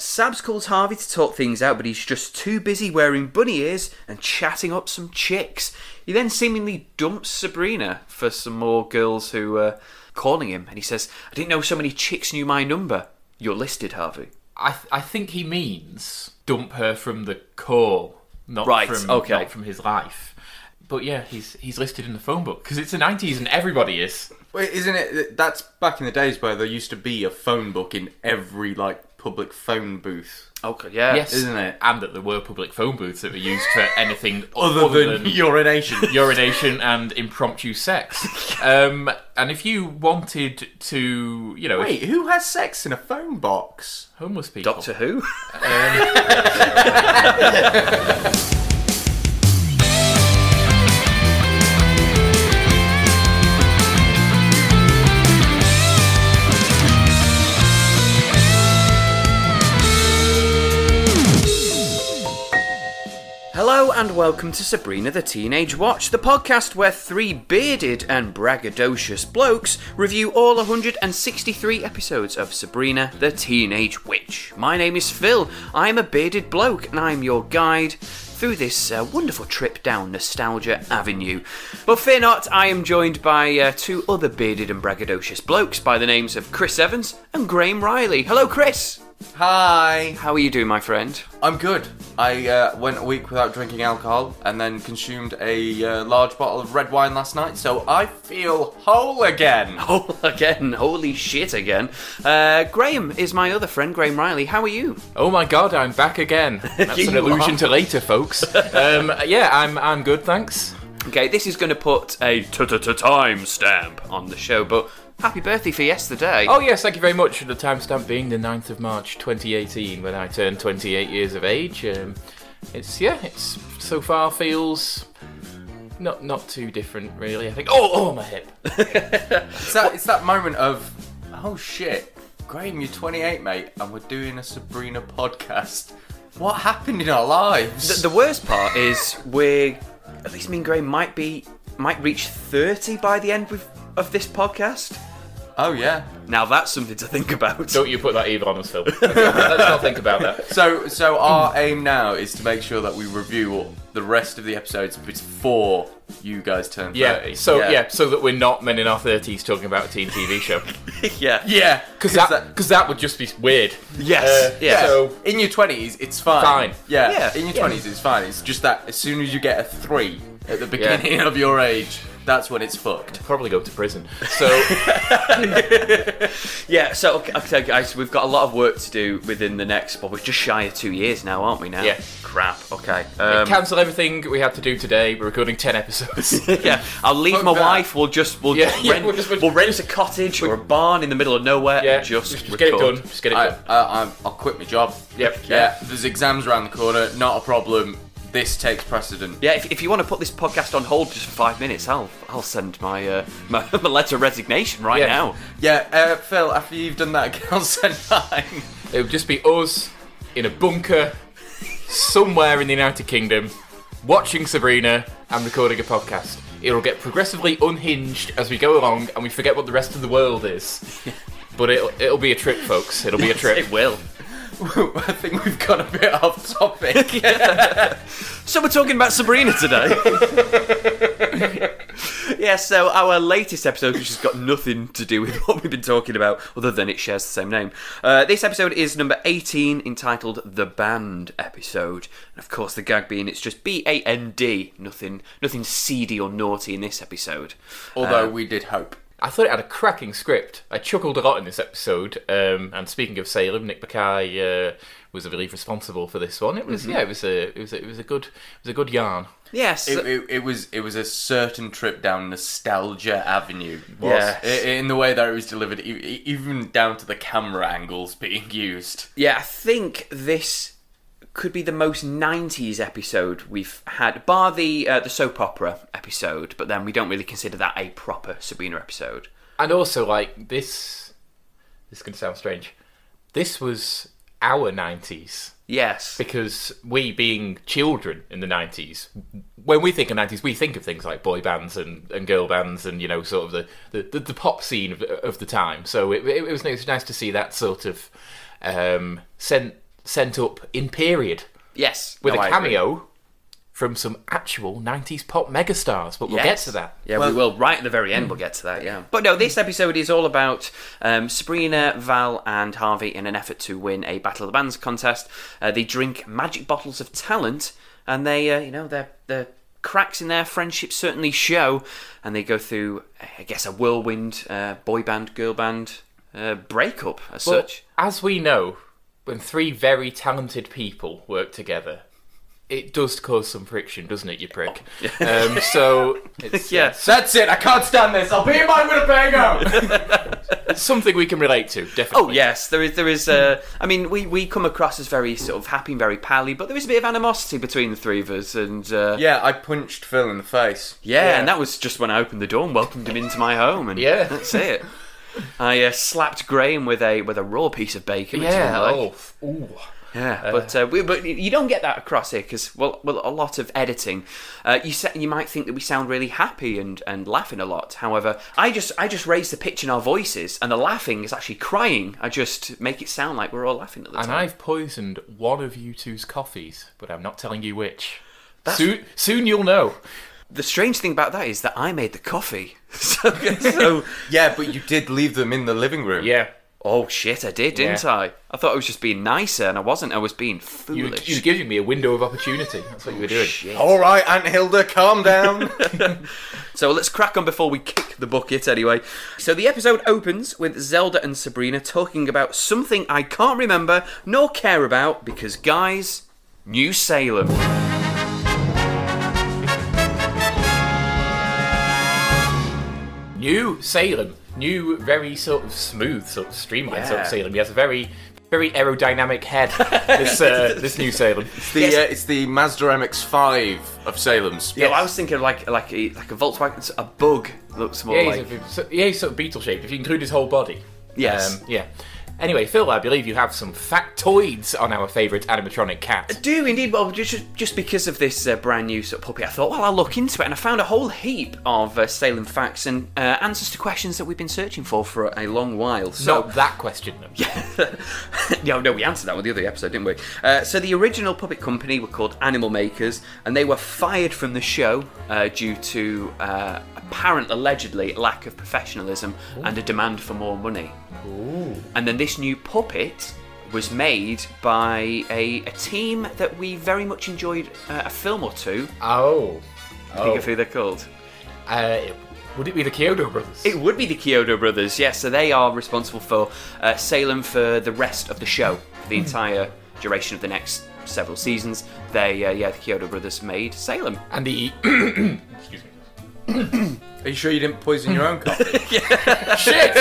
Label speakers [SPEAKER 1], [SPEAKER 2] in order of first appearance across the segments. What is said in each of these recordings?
[SPEAKER 1] Sabs calls Harvey to talk things out, but he's just too busy wearing bunny ears and chatting up some chicks. He then seemingly dumps Sabrina for some more girls who are calling him, and he says, I didn't know so many chicks knew my number. You're listed, Harvey.
[SPEAKER 2] I, th- I think he means dump her from the call, not
[SPEAKER 1] Right,
[SPEAKER 2] from
[SPEAKER 1] okay.
[SPEAKER 2] not from his life. But yeah, he's he's listed in the phone book because it's the nineties and everybody is.
[SPEAKER 3] Wait, isn't it? that- That's back in the days where there used to be a phone book in every like public phone booth,
[SPEAKER 1] Okay, yeah.
[SPEAKER 2] yes,
[SPEAKER 3] isn't it?
[SPEAKER 2] And that there were public phone booths that were used for anything
[SPEAKER 3] Other, than, urination.
[SPEAKER 2] urination and impromptu sex. Um, and if you wanted to, you know, if-
[SPEAKER 3] Wait, who has sex in a phone box?
[SPEAKER 2] homeless people.
[SPEAKER 1] Doctor Who? Hello and welcome to Sabrina the Teenage Watch, the podcast where three bearded and braggadocious blokes review all 163 episodes of Sabrina the Teenage Witch. My name is Phil, I'm a bearded bloke, and I'm your guide through this uh, wonderful trip down Nostalgia Avenue. But fear not, I am joined by uh, two other bearded and braggadocious blokes by the names of Chris Evans and Graham Riley. Hello, Chris!
[SPEAKER 3] Hi.
[SPEAKER 1] How are you doing, my friend?
[SPEAKER 3] I'm good. I uh, went a week without drinking alcohol and then consumed a uh, large bottle of red wine last night, so I feel whole again.
[SPEAKER 1] Oh, again. Holy shit, again. Uh, Graham is my other friend, Graham Riley. How are you?
[SPEAKER 2] Oh my god, I'm back again. That's an
[SPEAKER 1] You
[SPEAKER 2] allusion
[SPEAKER 1] are.
[SPEAKER 2] to later, folks. um, yeah, I'm I'm good, thanks.
[SPEAKER 1] Okay, this is going to put a time stamp on the show, but happy birthday for yesterday.
[SPEAKER 2] Oh yes, thank you very much. The timestamp being the 9th of March 2018 when I turned 28 years of age. Um, it's yeah, it's so far feels not not too different really. I think oh oh my hip.
[SPEAKER 3] It's that, it's that moment of, oh shit, Graham, you're 28, mate, and we're doing a Sabrina podcast. What happened in our lives?
[SPEAKER 1] The, the worst part is we're, at least me and Graham might be, might reach 30 by the end of, of this podcast.
[SPEAKER 3] oh, yeah.
[SPEAKER 1] Now that's something to think about.
[SPEAKER 2] Don't you put that either on us, Phil. Let's not think about that.
[SPEAKER 3] So, so our aim now is to make sure that we review all- the rest of the episodes before you guys turn 30.
[SPEAKER 2] Yeah. So yeah. so that we're not men in our 30s talking about a teen TV show.
[SPEAKER 1] yeah.
[SPEAKER 3] Yeah,
[SPEAKER 2] Because that because that would just be weird.
[SPEAKER 1] Yes,
[SPEAKER 2] Uh,
[SPEAKER 1] yes.
[SPEAKER 2] So
[SPEAKER 3] in your twenties, it's fine.
[SPEAKER 2] Fine.
[SPEAKER 3] Yeah.
[SPEAKER 1] Yeah,
[SPEAKER 3] In your
[SPEAKER 1] yeah.
[SPEAKER 3] twenties, it's fine. It's just that as soon as you get a three at the beginning of your age, that's when it's fucked.
[SPEAKER 2] probably go to prison. So.
[SPEAKER 1] Yeah, so okay, okay, guys, we've got a lot of work to do within the next, well, we're just shy of two years now, aren't we now?
[SPEAKER 2] Yeah.
[SPEAKER 1] Crap, okay. Um,
[SPEAKER 2] cancel everything we had to do today. We're recording ten episodes.
[SPEAKER 1] Yeah, I'll leave
[SPEAKER 3] Fuck
[SPEAKER 1] my
[SPEAKER 3] that.
[SPEAKER 1] wife. We'll just we'll
[SPEAKER 2] Yeah,
[SPEAKER 1] just
[SPEAKER 2] yeah,
[SPEAKER 1] rent, we'll,
[SPEAKER 2] we'll just- we'll-
[SPEAKER 1] rent a cottage or a barn in the middle of nowhere.
[SPEAKER 2] yeah,
[SPEAKER 1] and just,
[SPEAKER 2] get it
[SPEAKER 1] record.
[SPEAKER 2] done. Just get it
[SPEAKER 3] I,
[SPEAKER 2] done.
[SPEAKER 3] I, I'm, I'll quit my job.
[SPEAKER 2] Yep.
[SPEAKER 3] Yeah. There's exams around the corner. Not a problem. This takes precedent.
[SPEAKER 1] Yeah, if, if you want to put this podcast on hold just for five minutes, I'll I'll send my uh, my, my letter of resignation right
[SPEAKER 2] Yeah.
[SPEAKER 1] now.
[SPEAKER 3] Yeah. Uh, Phil, after you've done that, again, I'll send mine.
[SPEAKER 2] It would just be us in a bunker somewhere in the United Kingdom, watching Sabrina and recording a podcast. It'll get progressively unhinged as we go along, and we forget what the rest of the world is. But it'll it'll be a trip, folks. It'll be a trip.
[SPEAKER 1] It will.
[SPEAKER 3] I think we've got a bit off topic.
[SPEAKER 1] So we're talking about Sabrina today. yeah, so our latest episode, which has got nothing to do with what we've been talking about, other than it shares the same name. Uh, this episode is number 18, entitled The Band Episode. And of course, the gag being it's just B A N D, nothing, nothing seedy or naughty in this episode.
[SPEAKER 3] Although we did hope.
[SPEAKER 2] I thought it had a cracking script. I chuckled a lot in this episode. Um, and speaking of Salem, Nick Mackay uh, was, I believe, responsible for this one. It was yeah, it was a it was a, it was a good it was a good yarn.
[SPEAKER 1] Yes.
[SPEAKER 3] It, it, it was it was a certain trip down nostalgia avenue.
[SPEAKER 1] Yes.
[SPEAKER 3] I- in the way that it was delivered, e- e- even down to the camera angles being used.
[SPEAKER 1] Yeah, I think this could be the most 90s episode we've had, bar the uh, the soap opera episode, but then we don't really consider that a proper Sabrina episode.
[SPEAKER 2] And also like this, this is gonna sound strange. This was our nineties
[SPEAKER 1] Yes.
[SPEAKER 2] because we being children in the nineties, when we think of nineties, we think of things like boy bands and, and girl bands and you know sort of the the, the, the pop scene of, of the time. So it, it, was nice, it was nice to see that sort of um, sen- sent up in period
[SPEAKER 1] Yes.
[SPEAKER 2] with
[SPEAKER 1] No,
[SPEAKER 2] a
[SPEAKER 1] I agree.
[SPEAKER 2] cameo from some actual 90s pop megastars, but we'll get
[SPEAKER 1] Yes.
[SPEAKER 2] to that.
[SPEAKER 1] Yeah, we will. Right at the very end, we'll get to that, yeah. But no, this episode is all about um, Sabrina, Val, and Harvey in an effort to win a Battle of the Bands contest. Uh, they drink magic bottles of talent, and they, uh, you know, their their cracks in their friendship certainly show, and they go through, I guess, a whirlwind uh, boy band, girl band uh, breakup as
[SPEAKER 2] But
[SPEAKER 1] such.
[SPEAKER 2] as we know, when three very talented people work together, it does cause some friction, doesn't it, you prick? um, so, it's, uh,
[SPEAKER 1] Yeah.
[SPEAKER 2] it's
[SPEAKER 3] That's it. I can't stand this. I'll be in my Winnebago.
[SPEAKER 2] something we can relate to,
[SPEAKER 1] Oh
[SPEAKER 2] definitely.
[SPEAKER 1] yes, there is. There is. Uh, I mean, we, we come across as very sort of happy and very pally, but there is a bit of animosity between the three of us, and uh,
[SPEAKER 3] yeah, I punched Phil in the face.
[SPEAKER 1] Yeah, and that was just when I opened the door and welcomed him into my home, and
[SPEAKER 2] Yeah.
[SPEAKER 1] that's it. I uh, slapped Graham with a with a raw piece of bacon. Which
[SPEAKER 2] Yeah,
[SPEAKER 1] I like.
[SPEAKER 2] oh, f- ooh.
[SPEAKER 1] yeah. but uh, we, but you don't get that across here because well, well, a lot of editing. Uh, you sa- you might think that we sound really happy and, and laughing a lot. However, I just I just raise the pitch in our voices, and the laughing is actually crying. I just make it sound like we're all laughing at the
[SPEAKER 2] And
[SPEAKER 1] time.
[SPEAKER 2] I've poisoned one of you two's coffees, but I'm not telling you which. Soon, soon you'll know.
[SPEAKER 1] The strange thing about that is that I made the coffee. so, so
[SPEAKER 3] Yeah, but you did leave them in the living room.
[SPEAKER 2] Yeah.
[SPEAKER 1] Oh shit, I did, didn't
[SPEAKER 2] Yeah.
[SPEAKER 1] I? I thought I was just being nicer, and I wasn't. I was being
[SPEAKER 2] You were,
[SPEAKER 1] foolish.
[SPEAKER 2] you were giving me a window of opportunity. That's what you were doing.
[SPEAKER 1] Shit.
[SPEAKER 3] All right, Aunt Hilda, calm down.
[SPEAKER 1] So let's crack on before we kick the bucket anyway. So the episode opens with Zelda and Sabrina talking about something I can't remember nor care about because, guys, New Salem.
[SPEAKER 2] New Salem, new, very sort of smooth, sort of streamlined sort of
[SPEAKER 1] Yeah.
[SPEAKER 2] Salem. He has a very, very aerodynamic head. this, uh, this new Salem.
[SPEAKER 3] It's the, uh, it's the Mazda MX-5 of Salem's.
[SPEAKER 1] Yeah, well, I was thinking like like a, like a Volkswagen, a bug looks more
[SPEAKER 2] Yeah,
[SPEAKER 1] like.
[SPEAKER 2] he's, a- so- yeah, he's sort of beetle shaped. If you include his whole body. Um,
[SPEAKER 1] Yes.
[SPEAKER 2] yeah. Anyway, Phil, I believe you have some factoids on our favourite animatronic cat.
[SPEAKER 1] do indeed. Well, just just because of this uh, brand new sort of puppy, I thought, well, I'll look into it, and I found a whole heap of uh, Salem facts and uh, answers to questions that we've been searching for for a long while. So,
[SPEAKER 2] Not that question, though. Yeah.
[SPEAKER 1] no, no, we answered that with the other episode, didn't we? Uh, so the original puppet company were called Animal Makers, and they were fired from the show uh, due to uh, apparent, allegedly, lack of professionalism and a demand for more money. And then this new puppet was made by a, a team that we very much enjoyed uh, a film or two.
[SPEAKER 2] Oh.
[SPEAKER 1] Think of who they're called.
[SPEAKER 2] Uh, would it be the Kyoto brothers?
[SPEAKER 1] It would be the Kyoto brothers, yes. so they are responsible for uh, Salem for the rest of the show, for the entire duration of the next several seasons. They, uh, yeah, the Kyoto brothers made Salem.
[SPEAKER 2] and the. E- Excuse me.
[SPEAKER 3] Are you sure you didn't poison your own coffee?
[SPEAKER 2] Shit!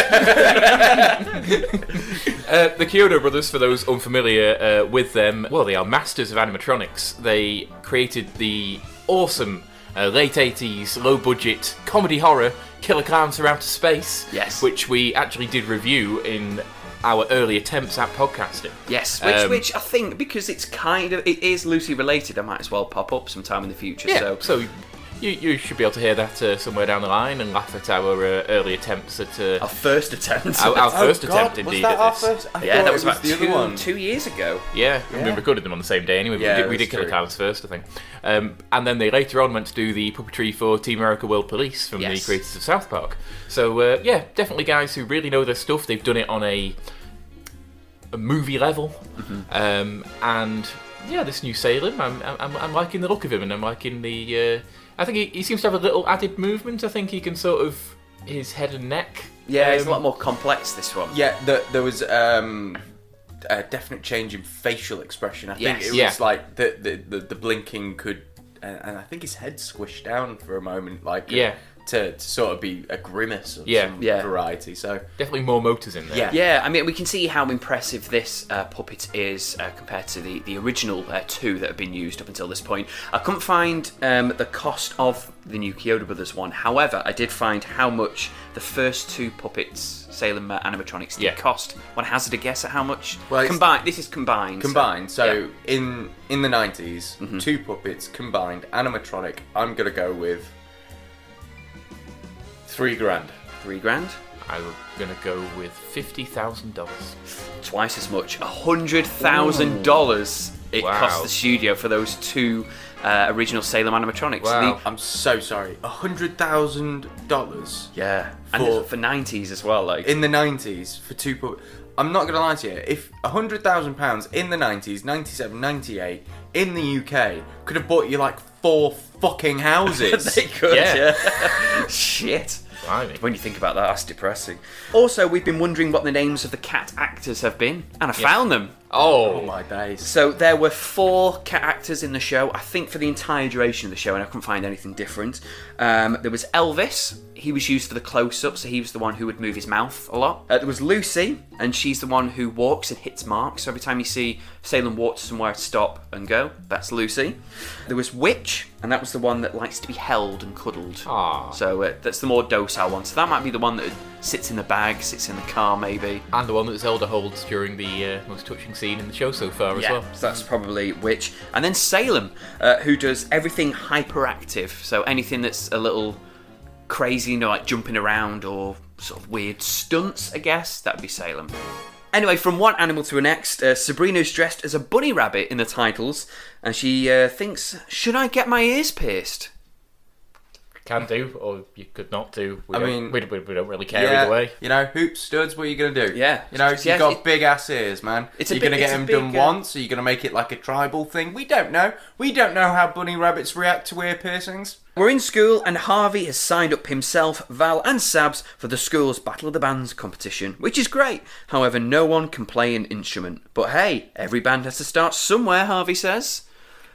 [SPEAKER 2] uh, the Kyoto brothers, for those unfamiliar uh, with them, well, they are masters of animatronics. They created the awesome uh, late 80s low budget comedy horror Killer Clowns from Outer Space,
[SPEAKER 1] Yes.
[SPEAKER 2] which we actually did review in our early attempts at podcasting.
[SPEAKER 1] Yes, which,
[SPEAKER 2] Um,
[SPEAKER 1] which I think because it's kind of it is loosely related, I might as well pop up sometime in the future.
[SPEAKER 2] Yeah,
[SPEAKER 1] so,
[SPEAKER 2] so, you, you should be able to hear that uh, somewhere down the line and laugh at our uh, early attempts at. Uh,
[SPEAKER 1] our first attempt.
[SPEAKER 2] our, our first attempt,
[SPEAKER 3] Oh, was
[SPEAKER 2] indeed,
[SPEAKER 3] that
[SPEAKER 2] at
[SPEAKER 3] our
[SPEAKER 2] this.
[SPEAKER 3] first? I
[SPEAKER 1] yeah,
[SPEAKER 3] thought
[SPEAKER 1] that
[SPEAKER 3] it
[SPEAKER 1] was, about
[SPEAKER 3] the
[SPEAKER 1] two,
[SPEAKER 3] other one.
[SPEAKER 1] two years ago.
[SPEAKER 2] Yeah, we
[SPEAKER 3] Yeah.
[SPEAKER 2] recorded them on the same day anyway. We
[SPEAKER 3] Yeah,
[SPEAKER 2] did, we
[SPEAKER 3] that's
[SPEAKER 2] did Killer
[SPEAKER 3] true.
[SPEAKER 2] Clowns first, I think. Um, and then they later on went to do the puppetry for Team America World Police from
[SPEAKER 1] Yes.
[SPEAKER 2] the creators of South Park. So, uh, yeah, definitely guys who really know their stuff. They've done it on a, a movie level. Um, and, yeah, this new Salem, I'm, I'm, I'm liking the look of him and I'm liking the. Uh, I think he, he seems to have a little added movement. I think he can sort of. His head and neck.
[SPEAKER 1] Yeah, it's a
[SPEAKER 2] um,
[SPEAKER 1] lot more complex this one.
[SPEAKER 3] Yeah, the, there was um, a definite change in facial expression. I think
[SPEAKER 1] Yes.
[SPEAKER 3] it was
[SPEAKER 2] Yeah.
[SPEAKER 3] like the, the, the, the blinking could, and, and I think his head squished down for a moment, like uh,
[SPEAKER 2] Yeah.
[SPEAKER 3] to, to sort of be a grimace of
[SPEAKER 2] Yeah.
[SPEAKER 3] some
[SPEAKER 1] Yeah.
[SPEAKER 3] variety. So
[SPEAKER 2] Definitely more motors in there.
[SPEAKER 3] Yeah.
[SPEAKER 1] Yeah, I mean, we can see how impressive this uh, puppet is uh, compared to the, the original uh, two that have been used up until this point. I couldn't find um, the cost of the new Kyoto Brothers one. However, I did find how much the first two puppets, Salem uh, Animatronics, did
[SPEAKER 2] Yeah.
[SPEAKER 1] cost. One hazard a guess at how much?
[SPEAKER 3] Well, it's-
[SPEAKER 1] combined. This is combined. so-
[SPEAKER 3] combined, so in in the 90s two puppets combined animatronic. I'm gonna go with three grand.
[SPEAKER 1] Three grand.
[SPEAKER 2] I'm gonna go with fifty thousand dollars.
[SPEAKER 1] Twice as much, hundred thousand dollars it
[SPEAKER 2] Wow.
[SPEAKER 1] cost the studio for those two uh, original Salem animatronics.
[SPEAKER 2] Wow.
[SPEAKER 1] The-
[SPEAKER 3] I'm so sorry. A hundred thousand dollars
[SPEAKER 1] yeah, and
[SPEAKER 3] For-
[SPEAKER 1] it's for nineties as well. Like
[SPEAKER 3] in the nineties for two. Pu- I'm not gonna lie to you. If a hundred thousand pounds in the nineties, 97, 98, in the UK, could have bought you like four fucking houses.
[SPEAKER 1] they could,
[SPEAKER 2] Yeah.
[SPEAKER 1] yeah. Shit.
[SPEAKER 2] Blimey.
[SPEAKER 1] When you think about that, that's depressing. Also, we've been wondering what the names of the cat actors have been, and I found them.
[SPEAKER 2] Oh,
[SPEAKER 3] oh my days.
[SPEAKER 1] So there were four cat actors in the show, I think for the entire duration of the show, and I couldn't find anything different. Um, there was Elvis, he was used for the close up, so he was the one who would move his mouth a lot. Uh, there was Lucy, and she's the one who walks and hits marks, so every time you see Salem walk to somewhere, stop and go, that's Lucy. There was Witch, and that was the one that likes to be held and cuddled.
[SPEAKER 2] Aw.
[SPEAKER 1] So uh, that's the more docile one, so that might be the one that sits in the bag, sits in the car maybe.
[SPEAKER 2] and the one that Zelda holds during the uh, most touching scene in the show so far as
[SPEAKER 1] Yeah,
[SPEAKER 2] well.
[SPEAKER 1] so that's probably which. And then Salem, uh, who does everything hyperactive, so anything that's a little crazy, you know, like jumping around or sort of weird stunts, I guess, that'd be Salem. Anyway, from one animal to the next, uh, Sabrina's dressed as a bunny rabbit in the titles, and she uh, thinks, Should I get my ears pierced?
[SPEAKER 2] Can do, or you could not do. We
[SPEAKER 3] I
[SPEAKER 2] don't-
[SPEAKER 3] mean-
[SPEAKER 2] we, we, we don't really care
[SPEAKER 3] Yeah,
[SPEAKER 2] either way.
[SPEAKER 3] you know, hoop studs. What are you gonna do?
[SPEAKER 1] Yeah.
[SPEAKER 3] you know,
[SPEAKER 1] Yes,
[SPEAKER 3] you got
[SPEAKER 1] it-
[SPEAKER 3] big ass ears, man.
[SPEAKER 1] It's a
[SPEAKER 3] you're
[SPEAKER 1] big-
[SPEAKER 3] gonna get
[SPEAKER 1] it's a
[SPEAKER 3] them
[SPEAKER 1] big,
[SPEAKER 3] done
[SPEAKER 1] uh,
[SPEAKER 3] once. Are you gonna make it like a tribal thing? We don't know. We don't know how bunny rabbits react to ear piercings.
[SPEAKER 1] We're in school, and Harvey has signed up himself, Val, and Sabs for the school's Battle of the Bands competition, which is great. However, no one can play an instrument. But hey, every band has to start somewhere, Harvey says.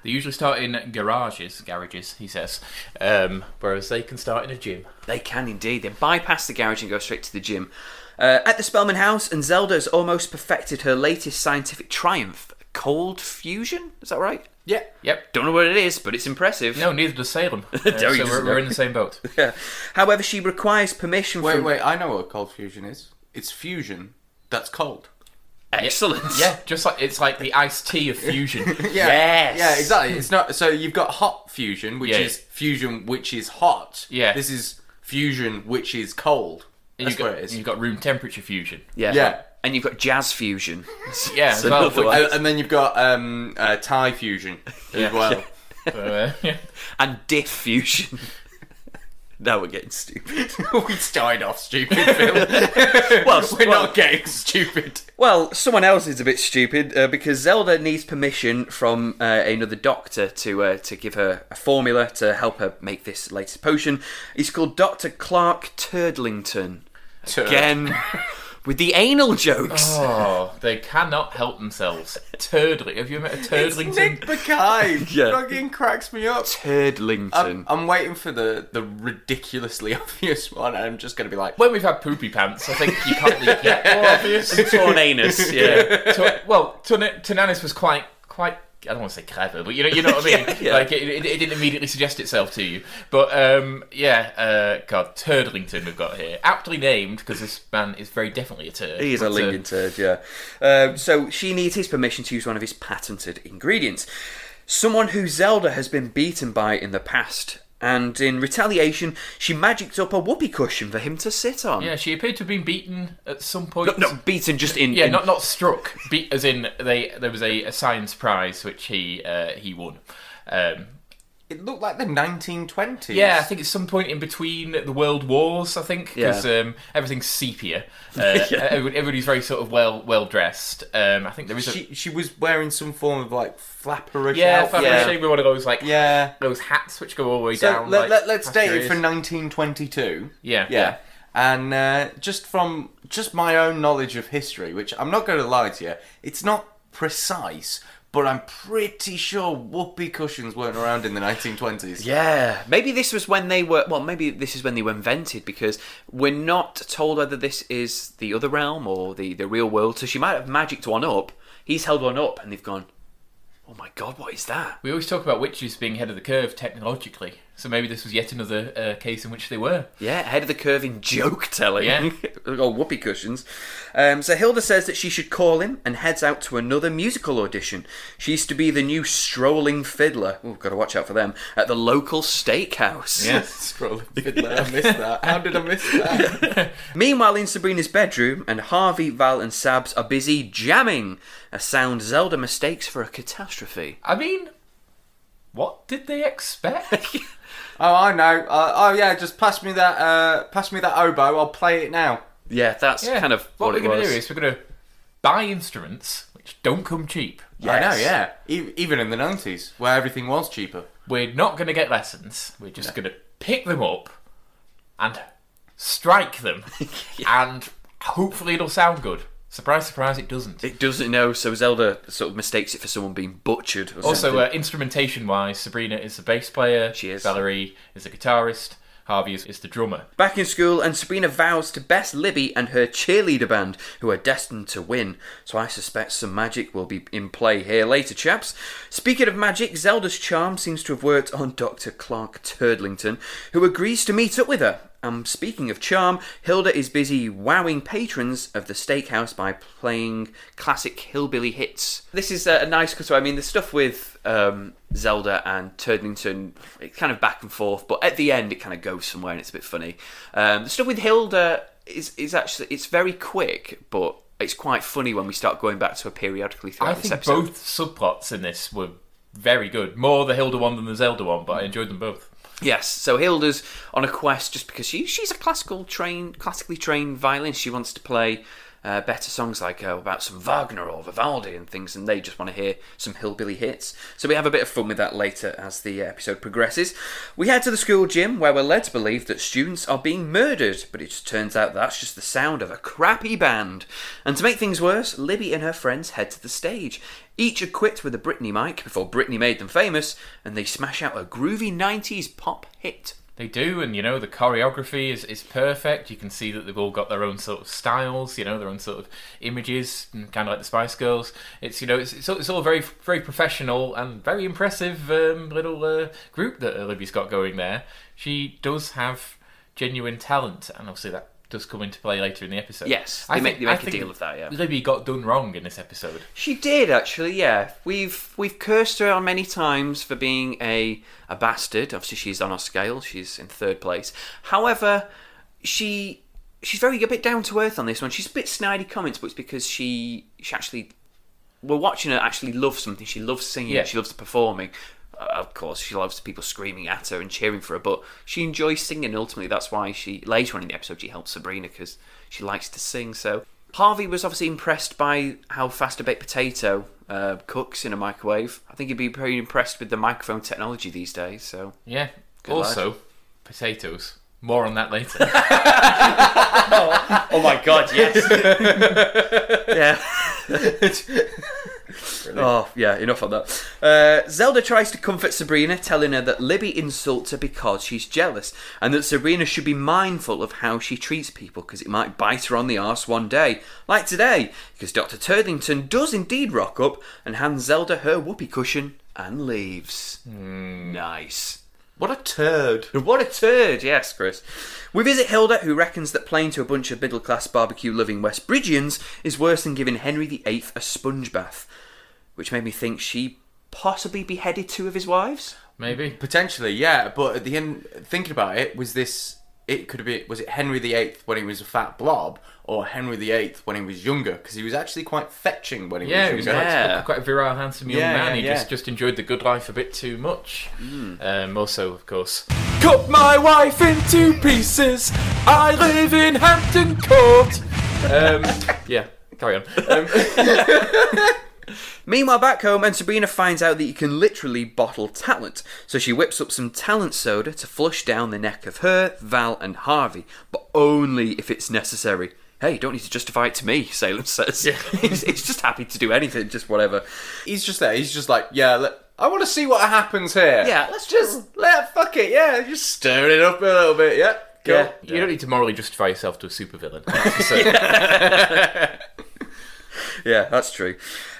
[SPEAKER 2] They usually start in garages, garages, he says, um, whereas they can start in a gym.
[SPEAKER 1] They can indeed. They bypass the garage and go straight to the gym. Uh, at the Spellman house, and Zelda has almost perfected her latest scientific triumph cold fusion? Is that right?
[SPEAKER 3] Yeah.
[SPEAKER 2] Yep.
[SPEAKER 1] Don't know what it is, but it's impressive.
[SPEAKER 2] No, neither does Salem. Uh, so
[SPEAKER 1] you
[SPEAKER 2] we're,
[SPEAKER 1] just
[SPEAKER 2] we're
[SPEAKER 1] know.
[SPEAKER 2] in the same boat.
[SPEAKER 1] Yeah. However, she requires permission
[SPEAKER 3] Wait,
[SPEAKER 1] from.
[SPEAKER 3] wait. I know what cold fusion is. It's fusion that's cold.
[SPEAKER 1] Excellent.
[SPEAKER 2] Yeah, just like it's like the iced tea of fusion.
[SPEAKER 1] Yes.
[SPEAKER 3] Yeah, exactly. It's not. So you've got hot fusion, which
[SPEAKER 2] Yeah.
[SPEAKER 3] is fusion which is hot.
[SPEAKER 2] Yeah.
[SPEAKER 3] This is fusion which is cold.
[SPEAKER 2] And
[SPEAKER 3] That's
[SPEAKER 2] you've got,
[SPEAKER 3] what it is.
[SPEAKER 2] You've got room temperature fusion.
[SPEAKER 1] Yeah.
[SPEAKER 3] Yeah.
[SPEAKER 1] And you've got jazz fusion.
[SPEAKER 2] Yeah,
[SPEAKER 1] It's
[SPEAKER 2] as well,
[SPEAKER 1] another
[SPEAKER 2] which-
[SPEAKER 1] one.
[SPEAKER 3] and, Oh, and then you've got um, uh, Thai fusion
[SPEAKER 2] Yeah.
[SPEAKER 3] as well.
[SPEAKER 2] Uh, yeah.
[SPEAKER 1] and diff fusion. now we're getting stupid.
[SPEAKER 3] we started off stupid, Phil.
[SPEAKER 1] well,
[SPEAKER 3] We're
[SPEAKER 1] well,
[SPEAKER 3] not getting stupid.
[SPEAKER 1] well, someone else is a bit stupid uh, because Zelda needs permission from uh, another doctor to uh, to give her a formula to help her make this latest potion. He's called Doctor Clark Turdlington. Again, with the anal jokes.
[SPEAKER 2] Oh, they cannot help themselves. Turdling. Have you met a
[SPEAKER 3] It's
[SPEAKER 2] Turdlington?
[SPEAKER 3] Nick Bakay.
[SPEAKER 1] Yeah.
[SPEAKER 3] Fucking cracks me up.
[SPEAKER 1] Turdlington.
[SPEAKER 3] I'm, I'm waiting for the, the ridiculously obvious one, and I'm just going to be like,
[SPEAKER 2] When we've had poopy pants, I think you can't really get more obvious.
[SPEAKER 1] Torn anus, yeah.
[SPEAKER 2] to, well, Tun- Tunanis was quite, quite. I don't want to say clever, but you know, you know what I mean.
[SPEAKER 1] Yeah, yeah.
[SPEAKER 2] Like it, it, it didn't immediately suggest itself to you. But um, yeah, uh, God, Turdlington we've got here, aptly named because this man is very definitely a turd.
[SPEAKER 1] He is a
[SPEAKER 2] But, uh,
[SPEAKER 1] lingering turd, yeah. Um, so she needs his permission to use one of his patented ingredients. Someone who Zelda has been beaten by in the past, and in retaliation, she magicked up a whoopee cushion for him to sit on.
[SPEAKER 2] Yeah, she appeared to have been beaten at some point.
[SPEAKER 1] No, beaten just in.
[SPEAKER 2] Yeah,
[SPEAKER 1] in-
[SPEAKER 2] not not struck. Beat as in they there was a, a science prize which he uh, he won. Um,
[SPEAKER 3] it looked like the 1920s.
[SPEAKER 2] yeah, I think it's some point in between the world wars. I think because
[SPEAKER 1] Yeah.
[SPEAKER 2] um, everything's sepia. Uh, everybody- Everybody's very sort of well well dressed. Um, I think there is a
[SPEAKER 3] she she was wearing some form of like flapperish.
[SPEAKER 2] yeah,
[SPEAKER 3] outfit.
[SPEAKER 2] Fabergé
[SPEAKER 1] yeah.
[SPEAKER 2] with one of those like
[SPEAKER 3] yeah.
[SPEAKER 2] those hats which go all the way
[SPEAKER 3] So
[SPEAKER 2] down.
[SPEAKER 3] let,
[SPEAKER 2] like,
[SPEAKER 3] let, us
[SPEAKER 2] past
[SPEAKER 3] date
[SPEAKER 2] your
[SPEAKER 3] it for
[SPEAKER 2] ears.
[SPEAKER 3] 1922.
[SPEAKER 2] Yeah.
[SPEAKER 3] yeah. And uh, just from just my own knowledge of history, which I'm not going to lie to you, it's not precise, but I'm pretty sure whoopee cushions weren't around in the 1920s.
[SPEAKER 1] Yeah, maybe this was when they were. Well, maybe this is when they were invented because we're not told whether this is the other realm or the, the real world. So she might have magicked one up. He's held one up, and they've gone, "Oh my god, what is that?"
[SPEAKER 2] We always talk about witches being ahead of the curve technologically. So maybe this was yet another uh, case in which they were.
[SPEAKER 1] Yeah, ahead of the curve in joke telling.
[SPEAKER 2] Yeah.
[SPEAKER 1] or whoopee cushions. Um, so Hilda says that she should call him and heads out to another musical audition. She's to be the new strolling fiddler. Oh, gotta watch out for them. At the local steakhouse.
[SPEAKER 2] Scrolling.
[SPEAKER 3] Fiddler, I missed that. How did I miss that?
[SPEAKER 1] Meanwhile, in Sabrina's bedroom, and Harvey, Val, and Sabs are busy jamming a sound Zelda mistakes for a catastrophe.
[SPEAKER 2] I mean, what did they expect?
[SPEAKER 3] Oh, I know. Uh, oh, yeah. Just pass me that. Uh, pass me that oboe. I'll play it now.
[SPEAKER 1] Yeah, that's kind of
[SPEAKER 2] what,
[SPEAKER 1] what,
[SPEAKER 2] we're
[SPEAKER 1] it
[SPEAKER 2] gonna
[SPEAKER 1] was.
[SPEAKER 2] do is we're going to buy instruments which don't come cheap.
[SPEAKER 3] I know.
[SPEAKER 1] Yes.
[SPEAKER 3] Yeah. E- even in the nineties, where everything was cheaper.
[SPEAKER 2] We're not going to get lessons. We're just going to pick them up and strike them, and hopefully it'll sound good. Surprise, surprise, it doesn't.
[SPEAKER 1] It doesn't know, so Zelda sort of mistakes it for someone being butchered. Or
[SPEAKER 2] also,
[SPEAKER 1] something.
[SPEAKER 2] uh, instrumentation wise, Sabrina is the bass player.
[SPEAKER 1] She is.
[SPEAKER 2] Valerie is the guitarist. Harvey is, is the drummer.
[SPEAKER 1] Back in school, and Sabrina vows to best Libby and her cheerleader band, who are destined to win. So I suspect some magic will be in play here later, chaps. Speaking of magic, Zelda's charm seems to have worked on Dr. Clark Turdlington, who agrees to meet up with her. And speaking of charm, Hilda is busy wowing patrons of the steakhouse by playing classic hillbilly hits. This is uh, a, a nice cutaway. I mean, the stuff with um, Zelda and Turdlington, it's kind of back and forth, but at the end it kind of goes somewhere and it's a bit funny. Um, the stuff with Hilda is is actually it's very quick, but it's quite funny when we start going back to her periodically throughout
[SPEAKER 2] I
[SPEAKER 1] this
[SPEAKER 2] think
[SPEAKER 1] episode.
[SPEAKER 2] both subplots in this were very good. More the Hilda one than the Zelda one, but
[SPEAKER 1] Mm.
[SPEAKER 2] I enjoyed them both.
[SPEAKER 1] Yes, so Hilda's on a quest just because she she's a classical trained, classically trained violinist. She wants to play uh, better songs like uh, about some Wagner or Vivaldi and things, and they just want to hear some hillbilly hits. So we have a bit of fun with that later as the uh, episode progresses. We head to the school gym where we're led to believe that students are being murdered, but it just turns out that's just the sound of a crappy band. And to make things worse, Libby and her friends head to the stage. Each equipped with a Britney mic before Britney made them famous, and they smash out a groovy 90s pop hit.
[SPEAKER 2] They do, and you know, the choreography is, is perfect. You can see that they've all got their own sort of styles, you know, their own sort of images, and kind of like the Spice Girls. It's, you know, it's, it's, all, it's all very very professional and very impressive um, little uh, group that uh, Libby's got going there. She does have genuine talent, and obviously that does come into play later in the episode.
[SPEAKER 1] Yes, they make- they make a deal of that, yeah.
[SPEAKER 2] Libby got done wrong in this episode.
[SPEAKER 1] She did actually, yeah. We've we've cursed her many times for being a a bastard. Obviously, she's on our scale. She's in third place. However, she she's very a bit down to earth on this one. She's a bit snidey comments, but it's because she she actually we're watching her actually love something. She loves singing.
[SPEAKER 2] Yeah.
[SPEAKER 1] She loves performing. Uh, Of course, she loves people screaming at her and cheering for her, but she enjoys singing. and Ultimately, that's why she later on in the episode she helps Sabrina because she likes to sing. So Harvey was obviously impressed by how fast a baked potato uh, cooks in a microwave. I think he'd be pretty impressed with the microphone technology these days. So
[SPEAKER 2] Yeah.
[SPEAKER 1] lad.
[SPEAKER 2] also, potatoes. More on that later.
[SPEAKER 1] oh my god, yes, yeah. Oh, yeah, enough on that. Uh, Zelda tries to comfort Sabrina, telling her that Libby insults her because she's jealous, and that Sabrina should be mindful of how she treats people because it might bite her on the arse one day, like today, because Dr. Turlington does indeed rock up and hands Zelda her whoopee cushion and leaves. Nice.
[SPEAKER 3] What a turd.
[SPEAKER 1] What a turd, yes, Chris. We visit Hilda, who reckons that playing to a bunch of middle class barbecue loving West Bridgians is worse than giving Henry VIII a sponge bath, which made me think she possibly beheaded two of his wives.
[SPEAKER 2] Maybe.
[SPEAKER 3] Potentially, yeah. But at the end, thinking about it, was this? It could have been. Was it Henry VIII when he was a fat blob, or Henry VIII when he was younger? Because he was actually quite fetching when he
[SPEAKER 2] Yeah, he
[SPEAKER 3] was
[SPEAKER 2] was
[SPEAKER 3] younger.
[SPEAKER 2] quite,
[SPEAKER 1] Yeah.
[SPEAKER 2] quite a virile, handsome young
[SPEAKER 3] Yeah,
[SPEAKER 2] man.
[SPEAKER 3] yeah,
[SPEAKER 2] he
[SPEAKER 3] yeah. Hmm.
[SPEAKER 2] just, just enjoyed the good life a bit too much. Um, also, of course,
[SPEAKER 4] Cut my wife in two pieces. I live in Hampton Court.
[SPEAKER 2] um, yeah. Carry on. Um,
[SPEAKER 1] Meanwhile, back home, and Sabrina finds out that you can literally bottle talent, so she whips up some talent soda to flush down the neck of her, Val, and Harvey, but only if it's necessary. Hey, you don't need to justify it to me, Salem says. he's, he's just happy to do anything, just whatever.
[SPEAKER 3] He's just there. He's just like, yeah. Let, I want to see what happens here.
[SPEAKER 1] Yeah, let's
[SPEAKER 3] just let fuck it. Yeah, just stir it up a little bit. Yeah. Cool.
[SPEAKER 1] Yeah.
[SPEAKER 2] You don't need to morally justify yourself to a supervillain. So,
[SPEAKER 1] yeah, that's true.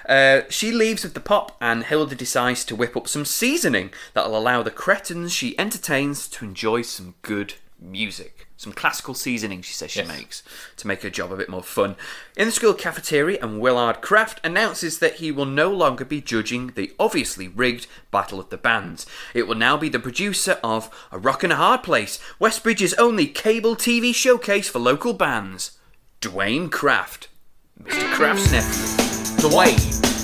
[SPEAKER 1] Uh, she leaves with the pop, and Hilda decides to whip up some seasoning that'll allow the cretins she entertains to enjoy some good music. Some classical seasoning, she says she makes to make her job a bit more fun. In the school cafeteria, and Willard Kraft announces that he will no longer be judging the obviously rigged Battle of the Bands. It will now be the producer of A Rock and a Hard Place, Westbridge's only cable TV showcase for local bands, Dwayne Kraft. Mr. Kraft's nephew.
[SPEAKER 2] Dwayne.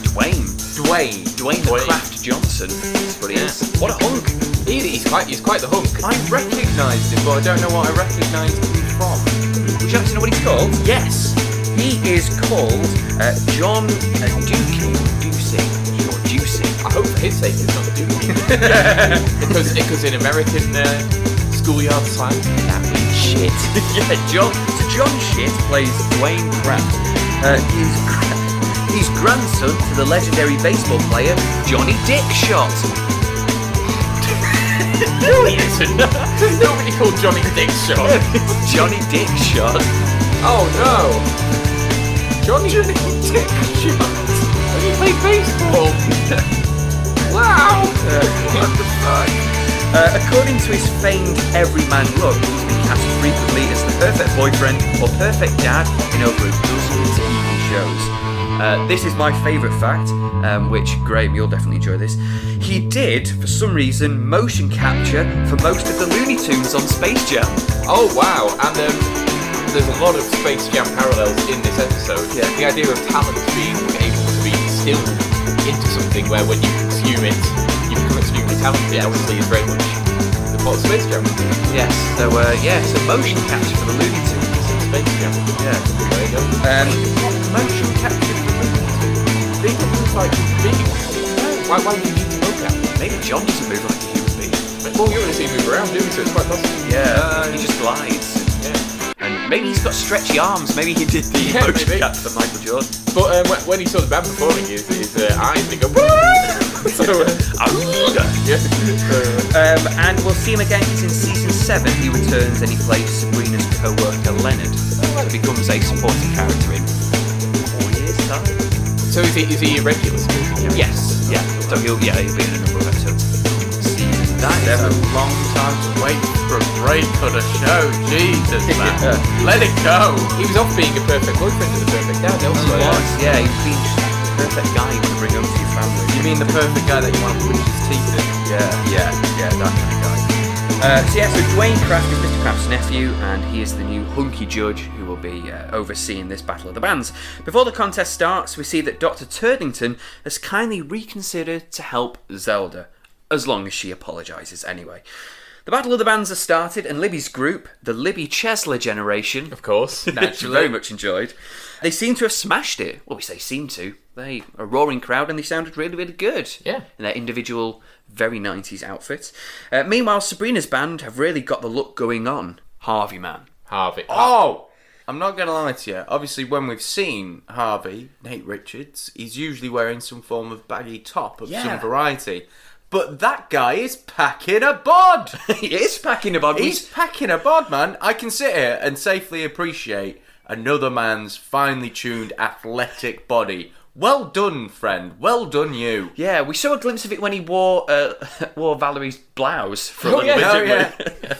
[SPEAKER 1] Dwayne.
[SPEAKER 2] Dwayne.
[SPEAKER 1] Dwayne the Kraft Johnson. But he is. What a hunk.
[SPEAKER 2] He, he's quite he's quite the hunk.
[SPEAKER 3] I recognised him, but I don't know what I recognised him from.
[SPEAKER 1] Would you like to know what he's called? Yes. He is called uh, John uh, Dookie. Dusing. You're Dusing.
[SPEAKER 2] I hope for his sake it's not a dude. because because in American uh, schoolyard slang, that means shit.
[SPEAKER 1] yeah, John. So John Shit plays Dwayne Kraft. Uh, he's, gra- he's grandson to the legendary baseball player Johnny Dick Shot.
[SPEAKER 2] No, he isn't. There's nobody called Johnny Dickshot.
[SPEAKER 1] Johnny Dick Shot.
[SPEAKER 2] Oh no! Johnny Johnny Dickshot! He played baseball! wow! what the fuck?
[SPEAKER 1] Uh, according to his famed everyman look, he's been cast frequently as the perfect boyfriend or perfect dad in over a dozen TV shows. Uh, this is my favourite fact, um, which Graham, you'll definitely enjoy this. He did, for some reason, motion capture for most of the Looney Tunes on Space Jam.
[SPEAKER 2] Oh wow, and um, there's a lot of Space Jam parallels in this episode.
[SPEAKER 1] Yeah.
[SPEAKER 2] The idea of talent being able to be distilled into something where when you consume it, you become extremely talented,
[SPEAKER 1] Yes.
[SPEAKER 2] obviously is very much the plot of Space Jam.
[SPEAKER 1] Yes. So uh, yeah, so motion capture for the Looney Tunes.
[SPEAKER 2] Space Jam.
[SPEAKER 1] Yeah.
[SPEAKER 2] There you go.
[SPEAKER 1] Um,
[SPEAKER 2] motion capture for They did things like big. Why, why do you need to look at it?
[SPEAKER 1] maybe John doesn't move like a human being.
[SPEAKER 2] Well, you're going to see him move around, doing so it's quite possible.
[SPEAKER 1] Yeah. he just glides.
[SPEAKER 2] Yeah.
[SPEAKER 1] And maybe he's got stretchy arms. Maybe he did the
[SPEAKER 2] Yeah,
[SPEAKER 1] motion
[SPEAKER 2] maybe.
[SPEAKER 1] capture for Michael Jordan.
[SPEAKER 2] But um, when, when he saw the band performing, his, his uh, eyes they go. "Whoa!" so, uh,
[SPEAKER 1] um,
[SPEAKER 2] yeah. So, uh,
[SPEAKER 1] and we'll see him again 'cause in season seven. He returns and he plays Sabrina's co-worker Leonard, who becomes a supporting character in four years' time.
[SPEAKER 2] uh, so is he is he a regular school?
[SPEAKER 1] Yes, yeah. So he'll yeah he'll be in a number of episodes. Season
[SPEAKER 3] That is
[SPEAKER 1] seven.
[SPEAKER 3] a long time to wait for a break on a show. Jesus, man. Let it go. Mm.
[SPEAKER 2] He was off being a perfect boyfriend and a perfect dad elsewhere.
[SPEAKER 1] Yeah, he's been just the perfect guy you want to bring home to your family.
[SPEAKER 3] You mean the perfect guy that you want to push his teeth in?
[SPEAKER 1] Yeah, yeah, yeah, that kind of guy. Uh, so yeah, so Dwayne Kraft is Mr. Kraft's nephew, and he is the new hunky judge who will be uh, overseeing this battle of the bands. Before the contest starts, we see that Dr. Turdington has kindly reconsidered to help Zelda, as long as she apologises anyway. The battle of the bands has started, and Libby's group, the Libby Chesler generation,
[SPEAKER 2] Of course.
[SPEAKER 1] which I very much enjoyed, they seem to have smashed it. Well, we say seem to. They a roaring crowd, and they sounded really, really good
[SPEAKER 2] Yeah.
[SPEAKER 1] in their individual, very 90s outfits. Uh, meanwhile, Sabrina's band have really got the look going on. Harvey Man.
[SPEAKER 2] Harvey.
[SPEAKER 3] Oh! I'm not going to lie to you. Obviously, when we've seen Harvey, Nate Richards, he's usually wearing some form of baggy top of
[SPEAKER 1] Yeah.
[SPEAKER 3] some variety. But that guy is packing a bod!
[SPEAKER 1] he is packing a bag.
[SPEAKER 3] he's packing a bod, man. I can sit here and safely appreciate another man's finely tuned athletic body. Well done, friend. Well done, you.
[SPEAKER 1] Yeah, we saw a glimpse of it when he wore uh, wore Valerie's blouse for a
[SPEAKER 2] Oh,
[SPEAKER 1] little
[SPEAKER 2] yeah,
[SPEAKER 1] bit.
[SPEAKER 2] oh,
[SPEAKER 1] didn't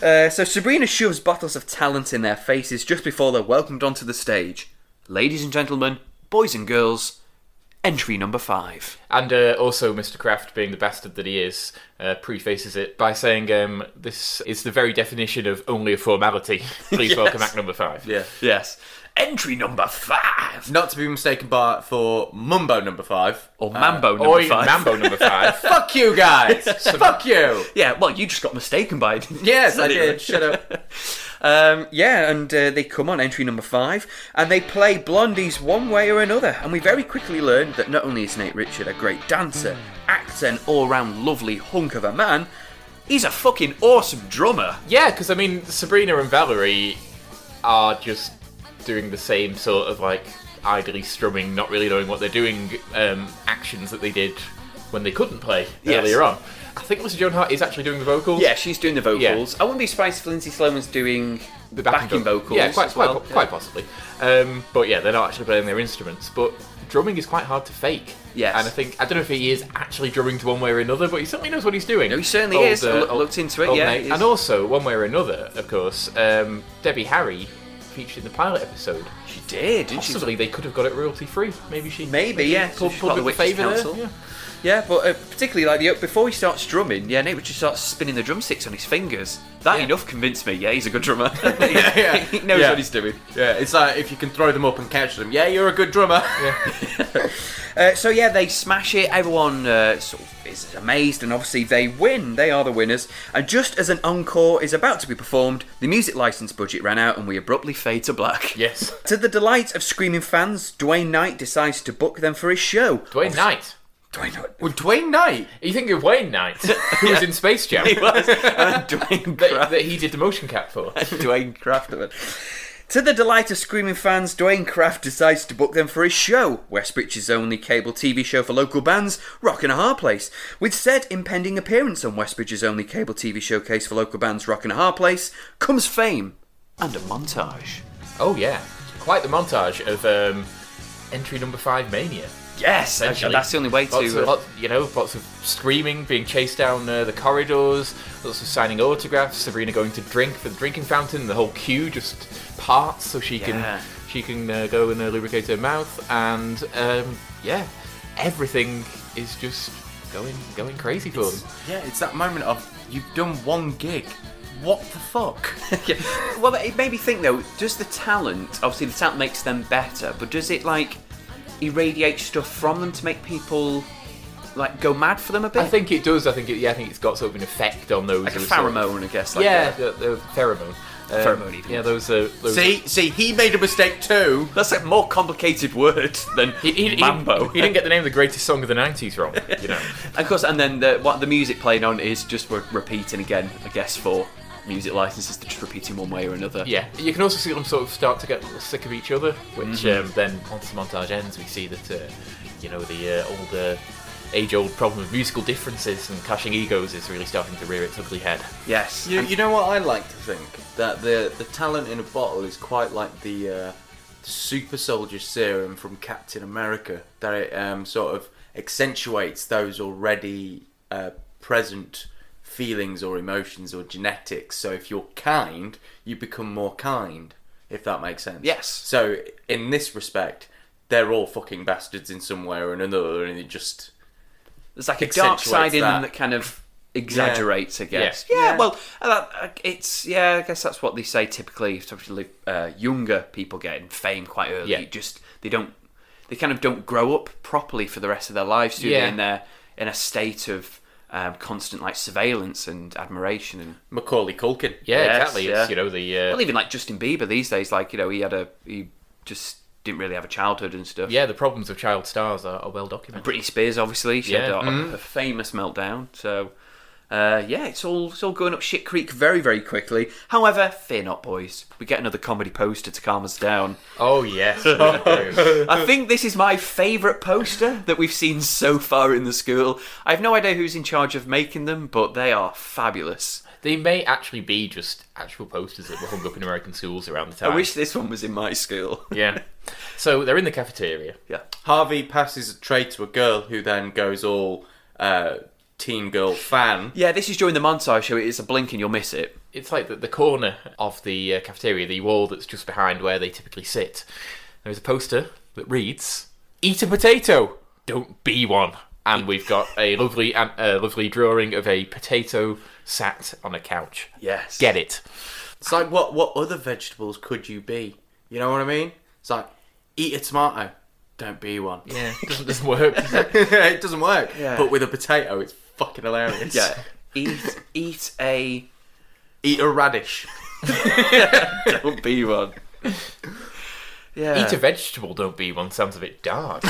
[SPEAKER 1] we? uh, so Sabrina shoves bottles of talent in their faces just before they're welcomed onto the stage. Ladies and gentlemen, boys and girls, entry number five.
[SPEAKER 2] And uh, also, Mr. Kraft, being the bastard that he is, uh, prefaces it by saying um, this is the very definition of only a formality. Please welcome Act Number Five.
[SPEAKER 3] Yeah.
[SPEAKER 1] Yes. Entry number five.
[SPEAKER 3] Not to be mistaken by for Mumbo number five.
[SPEAKER 1] Or uh, Mambo number
[SPEAKER 2] Oi,
[SPEAKER 1] five.
[SPEAKER 2] Mambo Number Five.
[SPEAKER 3] Fuck you guys! Fuck you!
[SPEAKER 1] Yeah, well, you just got mistaken by it.
[SPEAKER 3] Yes, I
[SPEAKER 1] Didn't you?
[SPEAKER 3] did. Shut up.
[SPEAKER 1] Um, yeah, and uh, they come on entry number five, and they play Blondie's one way or another. And we very quickly learn that not only is Nate Richard a great dancer, actor, and all-round lovely hunk of a man, he's a fucking awesome drummer.
[SPEAKER 2] yeah, because I mean, Sabrina and Valerie are just doing the same sort of like idly strumming, not really knowing what they're doing, um, actions that they did when they couldn't play
[SPEAKER 1] Yes.
[SPEAKER 2] earlier on. I think Melissa Joan Hart is actually doing the vocals.
[SPEAKER 1] Yeah, she's doing the vocals. I wouldn't be surprised if Lindsay Sloan's doing the backing, vocals.
[SPEAKER 2] Yeah, quite,
[SPEAKER 1] as well.
[SPEAKER 2] quite, quite possibly. Um, but yeah, they're not actually playing their instruments. But drumming is quite hard to fake.
[SPEAKER 1] Yes.
[SPEAKER 2] And I think I don't know if he is actually drumming to one way or another, but he certainly knows what he's doing.
[SPEAKER 1] No, he certainly is. I loo- looked into it,
[SPEAKER 2] old
[SPEAKER 1] yeah,
[SPEAKER 2] mate.
[SPEAKER 1] he is.
[SPEAKER 2] And also, one way or another, of course, um, Debbie Harry featured in the pilot episode.
[SPEAKER 1] She did, didn't she?
[SPEAKER 2] Possibly they could have got it royalty free. Maybe she.
[SPEAKER 1] Maybe, yeah, so
[SPEAKER 2] Pulled,
[SPEAKER 1] she's
[SPEAKER 2] pulled
[SPEAKER 1] part
[SPEAKER 2] a
[SPEAKER 1] of
[SPEAKER 2] bit
[SPEAKER 1] the
[SPEAKER 2] of
[SPEAKER 1] Witches'
[SPEAKER 2] favour there.
[SPEAKER 1] Council.
[SPEAKER 2] Yeah.
[SPEAKER 1] Yeah, but uh, particularly like the before he starts drumming, yeah, Nate just starts spinning the drumsticks on his fingers. That
[SPEAKER 2] Yeah.
[SPEAKER 1] enough convinced me. Yeah, he's a good drummer.
[SPEAKER 3] yeah.
[SPEAKER 1] he knows
[SPEAKER 3] Yeah.
[SPEAKER 1] what he's doing.
[SPEAKER 3] Yeah, it's like if you can throw them up and catch them. Yeah, you're a good drummer.
[SPEAKER 1] Uh, so yeah, they smash it. Everyone uh, sort of is amazed, and obviously they win. They are the winners. And just as an encore is about to be performed, the music license budget ran out, and we abruptly fade to black.
[SPEAKER 2] Yes.
[SPEAKER 1] To the delight of screaming fans, Dwayne Knight decides to book them for his show. Oh,
[SPEAKER 2] Dwayne Knight.
[SPEAKER 1] Dwayne Knight.
[SPEAKER 3] Well, Dwayne Knight.
[SPEAKER 2] You think of Wayne Knight, who was in Space Jam,
[SPEAKER 1] He was. And Dwayne
[SPEAKER 2] that,
[SPEAKER 1] Craft.
[SPEAKER 2] that he did the motion cap for.
[SPEAKER 1] Dwayne Craft of it. To the delight of screaming fans, Dwayne Craft decides to book them for his show, Westbridge's only cable TV show for local bands, Rockin' a Hard Place. With said impending appearance on Westbridge's only cable TV showcase for local bands, Rockin' a Hard Place, comes fame and a montage.
[SPEAKER 2] Oh yeah, quite the montage of um, entry number five mania.
[SPEAKER 1] Yes,
[SPEAKER 2] Essentially,
[SPEAKER 1] that's the only way to.
[SPEAKER 2] Lots of,
[SPEAKER 1] uh,
[SPEAKER 2] lots- you know, lots of screaming, being chased down uh, the corridors, lots of signing autographs. Sabrina going to drink for the drinking fountain. The whole queue just parts so she
[SPEAKER 1] Yeah.
[SPEAKER 2] can she can uh, go and uh, lubricate her mouth, and um, yeah, everything is just going going crazy for them.
[SPEAKER 3] Yeah, it's that moment of you've done one gig. What the fuck?
[SPEAKER 1] yeah. Well, it made me think though. Does the talent, obviously, the talent makes them better, but does it like irradiate stuff from them to make people like go mad for them a bit?
[SPEAKER 2] I think it does. I think it, yeah, I think it's got sort of an effect on those.
[SPEAKER 1] like a
[SPEAKER 2] who are sort of-
[SPEAKER 1] pheromone, I guess. Like
[SPEAKER 2] yeah,
[SPEAKER 1] a-
[SPEAKER 2] the, the pheromone. Um,
[SPEAKER 1] Pheromone, even.
[SPEAKER 2] Yeah, those are. Those
[SPEAKER 3] see, see, he made a mistake too.
[SPEAKER 1] that's a more complicated word than
[SPEAKER 2] He, he- he-
[SPEAKER 1] mambo.
[SPEAKER 2] he didn't get the name of the greatest song of the 90s wrong, you know.
[SPEAKER 1] of course, and then the, what the music playing on is just re- repeating again. I guess for music licenses, they're just repeating one way or another.
[SPEAKER 2] yeah, you can also see them sort of start to get a little sick of each other, which
[SPEAKER 1] Mm-hmm.
[SPEAKER 2] um, then once the montage ends, we see that, uh, you know, the uh, old, uh, age old problem of musical differences and clashing egos is really starting to rear its ugly head.
[SPEAKER 1] Yes.
[SPEAKER 3] You, you know what I like to think that the the talent in a bottle is quite like the uh, super soldier serum from Captain America that it um, sort of accentuates those already uh, present feelings or emotions or genetics. So if you're kind, you become more kind. If that makes sense.
[SPEAKER 1] Yes.
[SPEAKER 3] So in this respect, they're all fucking bastards in some way or another, and it just
[SPEAKER 1] There's like a dark
[SPEAKER 3] accentuates
[SPEAKER 1] side in them
[SPEAKER 3] that.
[SPEAKER 1] that kind of exaggerates, I guess.
[SPEAKER 2] Yeah.
[SPEAKER 1] Yeah,
[SPEAKER 3] Yeah.
[SPEAKER 1] well, uh, that, uh, it's yeah. I guess that's what they say typically. Especially uh, younger people getting fame quite early.
[SPEAKER 2] Yeah.
[SPEAKER 1] Just they don't, they kind of don't grow up properly for the rest of their lives. Do
[SPEAKER 2] Yeah.
[SPEAKER 1] they? And they're in a state of um, constant like surveillance and admiration and
[SPEAKER 3] Macaulay Culkin.
[SPEAKER 2] Yeah,
[SPEAKER 1] Yes,
[SPEAKER 2] exactly.
[SPEAKER 1] yeah.
[SPEAKER 2] It's, you know, the. Uh,
[SPEAKER 1] well, even like Justin Bieber these days. Like you know, he had a he just didn't really have a childhood and stuff.
[SPEAKER 2] yeah, the problems of child stars are, are well documented.
[SPEAKER 1] Britney Spears, obviously, she had
[SPEAKER 2] Yeah. Mm-hmm.
[SPEAKER 1] a, a famous meltdown. So, uh, yeah, it's all it's all going up shit creek very very quickly. However, fear not, boys. We get another comedy poster to calm us down.
[SPEAKER 2] Oh, yes. we do.
[SPEAKER 1] I think this is my favourite poster that we've seen so far in the school. I have no idea who's in charge of making them, but they are fabulous.
[SPEAKER 2] they may actually be just actual posters that were hung up in American schools around the time.
[SPEAKER 1] I wish this one was in my school.
[SPEAKER 2] Yeah. So they're in the cafeteria.
[SPEAKER 1] yeah.
[SPEAKER 3] Harvey passes a tray to a girl who then goes all uh, teen girl fan.
[SPEAKER 1] Yeah, this is during the montage show. It's a blink and you'll miss it.
[SPEAKER 2] It's like the, the corner of the uh, cafeteria, the wall that's just behind where they typically sit. There's a poster that reads, "Eat a potato, don't be one." And we've got a lovely, an- a lovely drawing of a potato sat on a couch.
[SPEAKER 1] Yes.
[SPEAKER 2] Get it?
[SPEAKER 3] It's like what what other vegetables could you be? You know what I mean? It's like eat a tomato, don't be one.
[SPEAKER 2] Yeah, doesn't doesn't work. does it?
[SPEAKER 3] it doesn't work.
[SPEAKER 1] Yeah.
[SPEAKER 3] But with a potato, it's fucking hilarious.
[SPEAKER 1] Yeah. Eat eat a
[SPEAKER 3] Eat a radish.
[SPEAKER 1] don't be one. Yeah.
[SPEAKER 2] Eat a vegetable, don't be one. Sounds a bit dark.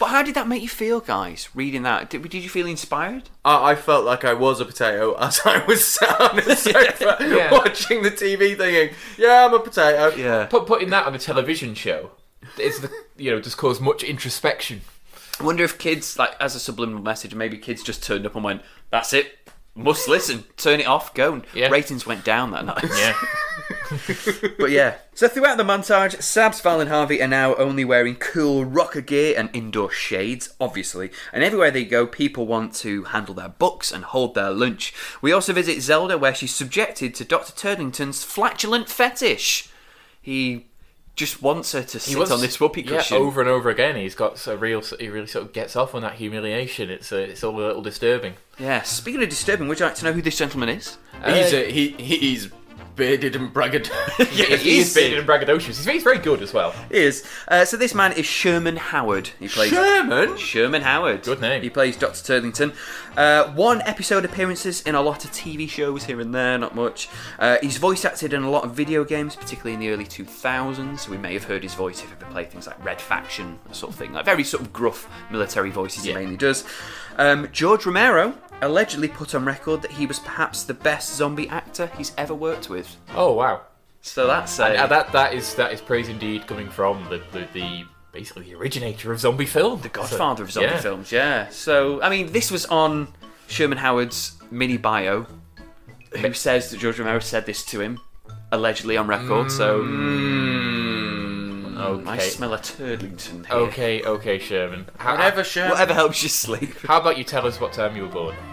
[SPEAKER 1] But how did that make you feel, guys? Reading that, did, did you feel inspired?
[SPEAKER 3] I, I felt like I was a potato as I was sat on the sofa
[SPEAKER 2] Yeah.
[SPEAKER 3] watching the TV, thinking, "Yeah, I'm a potato."
[SPEAKER 1] Yeah.
[SPEAKER 2] Put putting that on a television show, it's the, you know, just caused much introspection
[SPEAKER 1] I wonder if kids, like, as a subliminal message, maybe kids just turned up and went, that's it, must listen, turn it off, go. And
[SPEAKER 2] Yeah.
[SPEAKER 1] ratings went down that night.
[SPEAKER 2] Yeah.
[SPEAKER 1] But yeah, so throughout the montage, Sabs, Val, and Harvey are now only wearing cool rocker gear and indoor shades, obviously. And everywhere they go, people want to handle their books and hold their lunch. We also visit Zelda, where she's subjected to Dr. Turdington's flatulent fetish. He just wants her to sit
[SPEAKER 2] He was-
[SPEAKER 1] on this whoopee
[SPEAKER 2] yeah, oh.
[SPEAKER 1] cushion.
[SPEAKER 2] over and over again. He's got a real. He really sort of gets off on that humiliation. It's uh, it's all a little disturbing.
[SPEAKER 1] Yeah, speaking of disturbing, would you like to know who this gentleman is?
[SPEAKER 3] He's
[SPEAKER 2] Uh,
[SPEAKER 3] a, he he's bearded and braggadocious.
[SPEAKER 2] yeah, he is bearded and braggadocious. He's, he's very good as well.
[SPEAKER 1] He is. Uh, so this man is Sherman Howard. He plays
[SPEAKER 3] Sherman.
[SPEAKER 1] Sherman Howard.
[SPEAKER 2] Good name.
[SPEAKER 1] He plays Dr. Turlington. Uh, one episode appearances in a lot of TV shows here and there, not much. Uh, he's voice acted in a lot of video games, particularly in the early 2000s. So we may have heard his voice if you ever played things like Red Faction, that sort of thing. Like very sort of gruff military voices
[SPEAKER 2] Yeah.
[SPEAKER 1] he mainly does. Um, George Romero allegedly put on record that he was perhaps the best zombie actor he's ever worked with.
[SPEAKER 2] Oh wow.
[SPEAKER 1] So that's uh,
[SPEAKER 2] Uh, that that is that is praise indeed coming from the the, the basically the originator of zombie film, the
[SPEAKER 1] Godfather of zombie films, yeah. So, I mean, this was on Sherman Howard's mini bio, who says that George Romero said this to him, allegedly on record. So, Mm.
[SPEAKER 2] Okay.
[SPEAKER 1] I smell a Turlington here.
[SPEAKER 2] okay, okay, Sherman. How,
[SPEAKER 3] Whatever, Sherman.
[SPEAKER 1] Whatever helps you sleep.
[SPEAKER 2] How about you tell us what time you were born?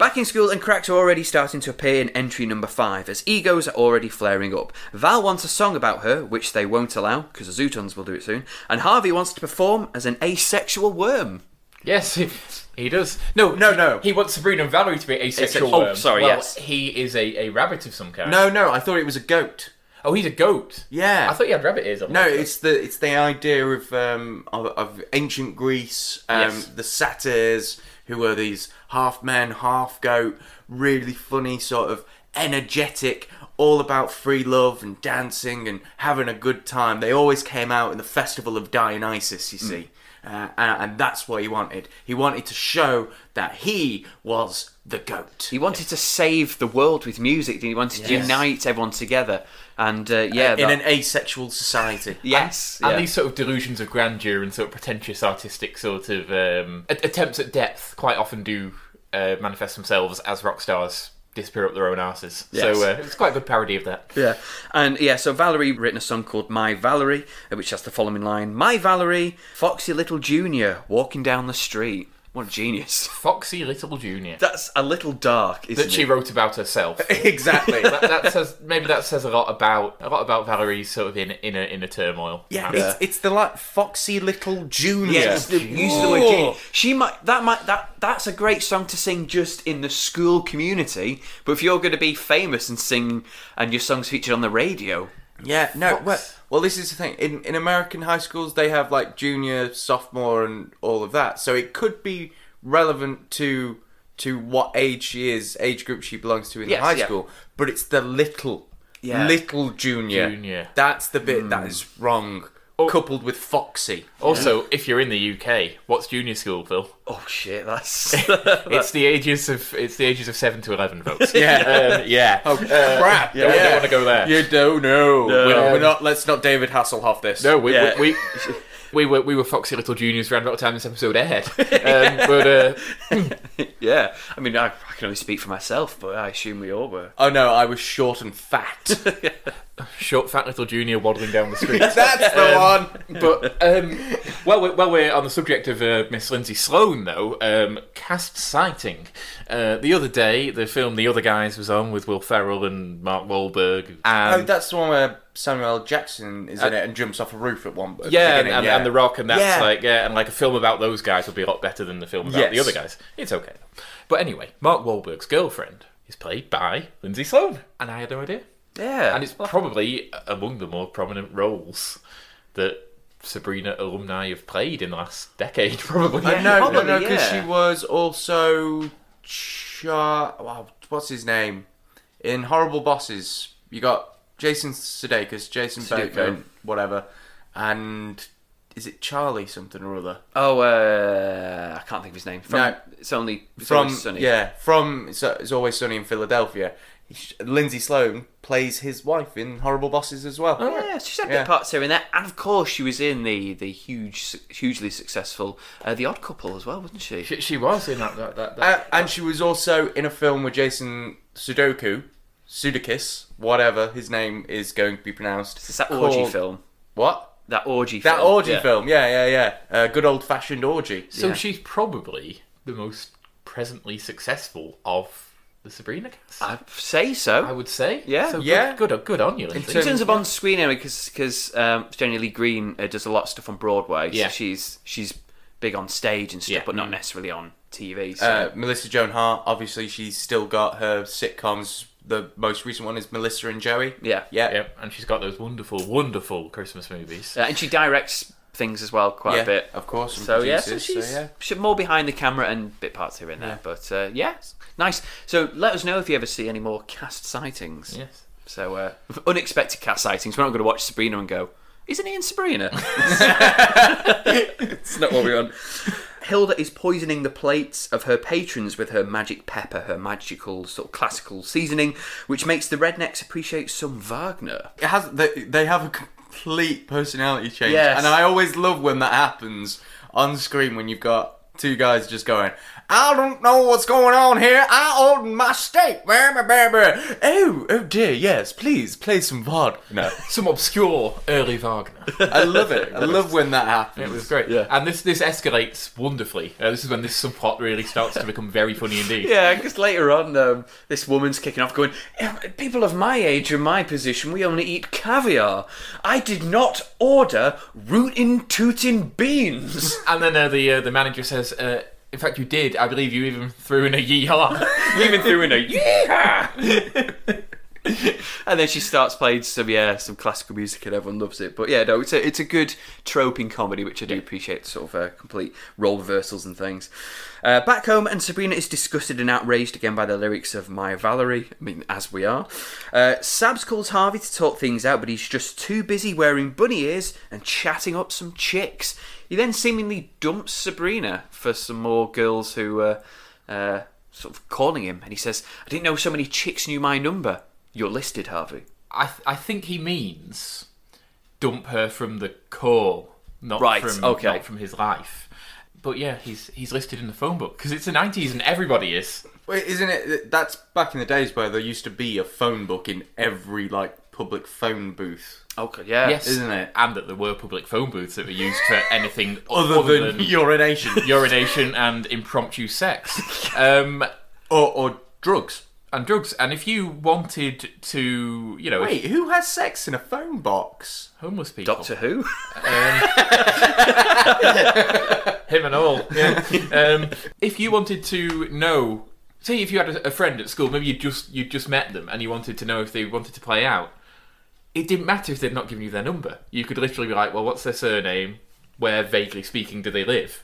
[SPEAKER 1] Back in school, and cracks are already starting to appear in entry number five, as egos are already flaring up. Val wants a song about her, which they won't allow, because the Zootons will do it soon, and Harvey wants to perform as an asexual worm.
[SPEAKER 2] Yes, he, he does. No,
[SPEAKER 3] No, no.
[SPEAKER 2] He wants Sabrina and Valerie to be asexual.
[SPEAKER 1] Asexual. Oh,
[SPEAKER 2] worms.
[SPEAKER 1] sorry,
[SPEAKER 2] Well,
[SPEAKER 1] yes.
[SPEAKER 2] He is a, a rabbit of some kind.
[SPEAKER 3] No, no, I thought it was a goat.
[SPEAKER 2] Oh, he's a goat.
[SPEAKER 3] Yeah.
[SPEAKER 2] I thought he had rabbit ears on.
[SPEAKER 3] No,
[SPEAKER 2] like that.
[SPEAKER 3] it's the it's the idea of um, of, of ancient Greece, um,
[SPEAKER 2] Yes.
[SPEAKER 3] the satyrs who were these half man, half goat, really funny, sort of energetic, all about free love and dancing and having a good time. They always came out in the festival of Dionysus, you see. Uh, and, and that's what he wanted. He wanted to show that he was the goat.
[SPEAKER 1] He wanted to save the world with music, didn't he? He wanted to
[SPEAKER 3] Yes.
[SPEAKER 1] unite everyone together. And uh, yeah,
[SPEAKER 3] in
[SPEAKER 1] that-
[SPEAKER 3] an asexual society.
[SPEAKER 1] yes,
[SPEAKER 2] And
[SPEAKER 1] yeah.
[SPEAKER 2] these sort of delusions of grandeur and sort of pretentious artistic sort of um, a- attempts at depth quite often do uh, manifest themselves as rock stars disappear up their own asses.
[SPEAKER 1] Yes.
[SPEAKER 2] So uh, it's quite a good parody of that.
[SPEAKER 1] Yeah. And yeah, so Valerie written a song called My Valerie, uh, which has the following line My Valerie, Foxy Little Junior, walking down the street. What a genius.
[SPEAKER 2] Foxy Little Junior
[SPEAKER 1] That's a little dark, isn't
[SPEAKER 2] that she
[SPEAKER 1] it?
[SPEAKER 2] wrote about herself.
[SPEAKER 3] exactly.
[SPEAKER 2] that, that says maybe that says a lot about a lot about Valerie's sort of in in a, in a turmoil.
[SPEAKER 3] Yeah,
[SPEAKER 2] And-
[SPEAKER 3] It's, it's the like foxy little junior.
[SPEAKER 1] yeah, it's the use of the word junior. She might that might that that's a great song to sing just in the school community. But if you're going to be famous and sing, and your song's featured on the radio,
[SPEAKER 3] Yeah, no.
[SPEAKER 2] Fox.
[SPEAKER 3] Well, well, this is the thing. In in American high schools, they have like junior, sophomore, and all of that. So it could be relevant to to what age she is, age group she belongs to in
[SPEAKER 1] Yes,
[SPEAKER 3] high
[SPEAKER 1] yeah.
[SPEAKER 3] school. But it's the little,
[SPEAKER 1] Yeah.
[SPEAKER 3] little junior.
[SPEAKER 2] Junior.
[SPEAKER 3] That's the bit that is wrong. Coupled with foxy.
[SPEAKER 2] Also, if you're in the UK, what's junior school, Phil?
[SPEAKER 1] oh shit, that's
[SPEAKER 2] It's the ages of it's the ages of seven to eleven, folks.
[SPEAKER 3] Yeah.
[SPEAKER 2] um, yeah.
[SPEAKER 3] Oh crap!
[SPEAKER 2] yeah, we don't wanna go there.
[SPEAKER 3] You don't know. We're,
[SPEAKER 2] Um,
[SPEAKER 3] we're not. Let's not David Hasselhoff this.
[SPEAKER 2] No, we,
[SPEAKER 1] Yeah.
[SPEAKER 2] we, we, we were we were foxy little juniors around about the time this episode aired. Um, But uh,
[SPEAKER 1] Yeah, I mean, I, I can only speak for myself, but I assume we all were.
[SPEAKER 3] Oh no, I was short and fat.
[SPEAKER 2] short, fat little junior waddling down the street.
[SPEAKER 3] That's the one.
[SPEAKER 2] but um, while, we're, while we're on the subject of uh, Miss Lindsay Sloane, though, um, cast sighting. Uh, the other day, the film The Other Guys was on with Will Ferrell and Mark Wahlberg.
[SPEAKER 3] Oh,
[SPEAKER 2] And
[SPEAKER 3] that's the one where Samuel L. Jackson is in it and jumps off a roof at one. at the
[SPEAKER 2] yeah, and,
[SPEAKER 3] beginning,
[SPEAKER 2] and, and The Rock, and that's
[SPEAKER 3] Yeah.
[SPEAKER 2] like, yeah, and like a film about those guys would be a lot better than the film about the
[SPEAKER 3] Yes.
[SPEAKER 2] other guys. It's okay. But anyway, Mark Wahlberg's girlfriend is played by Lindsay Sloane, and I had no idea.
[SPEAKER 1] Yeah,
[SPEAKER 2] And it's probably among the more prominent roles that Sabrina alumni have played in the last decade, probably.
[SPEAKER 3] Uh, no,
[SPEAKER 1] probably,
[SPEAKER 3] no, no, because
[SPEAKER 1] yeah.
[SPEAKER 3] she was also Char. Wow, what's his name in Horrible Bosses? You got Jason Sudeikis, Jason
[SPEAKER 1] Sudeikis.
[SPEAKER 3] Bateman, whatever, and is it Charlie something or other
[SPEAKER 1] oh, uh, I can't think of his name. From,
[SPEAKER 3] No.
[SPEAKER 1] it's only it's
[SPEAKER 3] from
[SPEAKER 1] always sunny.
[SPEAKER 3] yeah from it's, it's always sunny in Philadelphia. sh- Lindsay Sloane plays his wife in Horrible Bosses as well.
[SPEAKER 1] Oh, Yeah, she's had a
[SPEAKER 3] Yeah.
[SPEAKER 1] big part two in there, and of course she was in the the huge, su- hugely successful uh, The Odd Couple as well, wasn't she?
[SPEAKER 2] She, she was in that. that, that, that.
[SPEAKER 3] Uh, and she was also in a film with Jason Sudoku, Sudakis, whatever his name is going to be pronounced.
[SPEAKER 1] It's that orgy
[SPEAKER 3] called-
[SPEAKER 1] film.
[SPEAKER 3] What?
[SPEAKER 1] That orgy.
[SPEAKER 3] That
[SPEAKER 1] film.
[SPEAKER 3] orgy
[SPEAKER 1] yeah.
[SPEAKER 3] film. Yeah, yeah, yeah. Uh, good old fashioned orgy.
[SPEAKER 2] so
[SPEAKER 1] yeah.
[SPEAKER 2] she's probably the most presently successful of the Sabrina cast. I,
[SPEAKER 1] I say so.
[SPEAKER 2] would say.
[SPEAKER 1] Yeah.
[SPEAKER 2] So good-
[SPEAKER 3] Yeah.
[SPEAKER 2] Good, good, on you, Lindsay.
[SPEAKER 1] in terms of on screen anyway, because um, Jenny Lee Green uh, does a lot of stuff on Broadway. so
[SPEAKER 2] Yeah.
[SPEAKER 1] she's she's big on stage and stuff,
[SPEAKER 2] Yeah.
[SPEAKER 1] but not necessarily on TV. So.
[SPEAKER 3] Mm. Uh, Melissa Joan Hart, obviously, she's still got her sitcoms. The most recent one is Melissa and Joey.
[SPEAKER 1] Yeah.
[SPEAKER 3] Yeah.
[SPEAKER 2] Yep, and she's got those wonderful, wonderful Christmas movies.
[SPEAKER 1] Uh, and she directs things as well quite
[SPEAKER 3] Yeah,
[SPEAKER 1] a bit.
[SPEAKER 3] Of course. and
[SPEAKER 1] So yeah, so
[SPEAKER 3] produces,
[SPEAKER 1] she's
[SPEAKER 3] yeah.
[SPEAKER 1] she's more behind the camera and bit parts here and there. But uh, yeah, nice. So let us know if you ever see any more cast sightings.
[SPEAKER 2] Yes.
[SPEAKER 1] So uh, unexpected cast sightings. We're not going to watch Sabrina and go, isn't he in Sabrina? it's not what we want. Hilda is poisoning the plates of her patrons with her magic pepper, her magical sort of classical seasoning, which makes the rednecks appreciate some Wagner.
[SPEAKER 3] it has they, they have a complete personality change
[SPEAKER 1] Yes.
[SPEAKER 3] and i always love when that happens on screen when you've got two guys just going i don't know what's going on here i ordered my steak blah, blah, blah, blah." oh oh dear yes please play some vod no
[SPEAKER 2] Some obscure early Wagner.
[SPEAKER 3] i love it i love when that happens
[SPEAKER 2] It was great.
[SPEAKER 1] Yeah.
[SPEAKER 2] And this this escalates wonderfully. Uh, this is when this subplot really starts to become very funny indeed.
[SPEAKER 1] Yeah, because later on, um, this woman's kicking off, going, "Eh, "People of my age and my position, we only eat caviar. I did not order rootin' tootin' beans."
[SPEAKER 2] And then uh, the uh, the manager says, uh, "In fact, you did. I believe you even threw in a yeehaw."
[SPEAKER 1] Even through in a yeah. and then she starts playing some yeah some classical music and everyone loves it. But yeah, no, it's a it's a good trope in comedy which I do appreciate. Sort of uh, complete role reversals and things. Uh, back home, and Sabrina is disgusted and outraged again by the lyrics of My Valerie. I mean, as we are. Uh, Sabs calls Harvey to talk things out, but he's just too busy wearing bunny ears and chatting up some chicks. He then seemingly dumps Sabrina for some more girls who. Uh, uh, sort of calling him, and he says, "I didn't know so many chicks knew my number. You're listed, Harvey."
[SPEAKER 2] I th- I think he means dump her from the core, not
[SPEAKER 1] Right,
[SPEAKER 2] from
[SPEAKER 1] okay.
[SPEAKER 2] not from his life. But yeah, he's he's listed in the phone book because it's the nineties and everybody is.
[SPEAKER 3] Wait, isn't it that's back in the days where there used to be a phone book in every like public phone booth
[SPEAKER 1] Okay, yeah,
[SPEAKER 2] Yes,
[SPEAKER 3] Isn't it?
[SPEAKER 2] And that there were public phone booths that were used for anything
[SPEAKER 3] other, than, urination
[SPEAKER 2] urination and impromptu sex. Um,
[SPEAKER 3] or, or drugs
[SPEAKER 2] and drugs. And if you wanted to, you know, if-
[SPEAKER 3] wait who has sex in a phone box
[SPEAKER 2] homeless people,
[SPEAKER 1] Doctor Who.
[SPEAKER 2] him and all. Yeah. um, if you wanted to know, say, if you had a, a friend at school, maybe you just you just met them and you wanted to know if they wanted to play out. It didn't matter if they'd not given you their number. You could literally be like, "Well, what's their surname? Where, vaguely speaking, do they live?"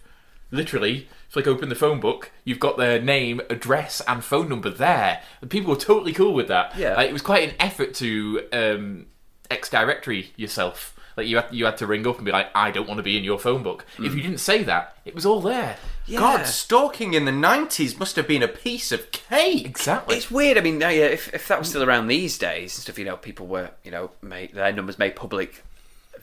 [SPEAKER 2] Literally, flick open the phone book. You've got their name, address, and phone number there. And people were totally cool with that.
[SPEAKER 1] Yeah.
[SPEAKER 2] Like, it was quite an effort to um, ex-directory yourself. Like you had you had to ring up and be like, I don't want to be in your phone book. If you didn't say that, it was all there.
[SPEAKER 1] Yeah.
[SPEAKER 3] God, stalking in the 90s must have been a piece of cake.
[SPEAKER 2] Exactly.
[SPEAKER 1] It's weird. I mean, now, yeah, if, if that was still around these days and stuff, you know, people were, you know, made their numbers made public.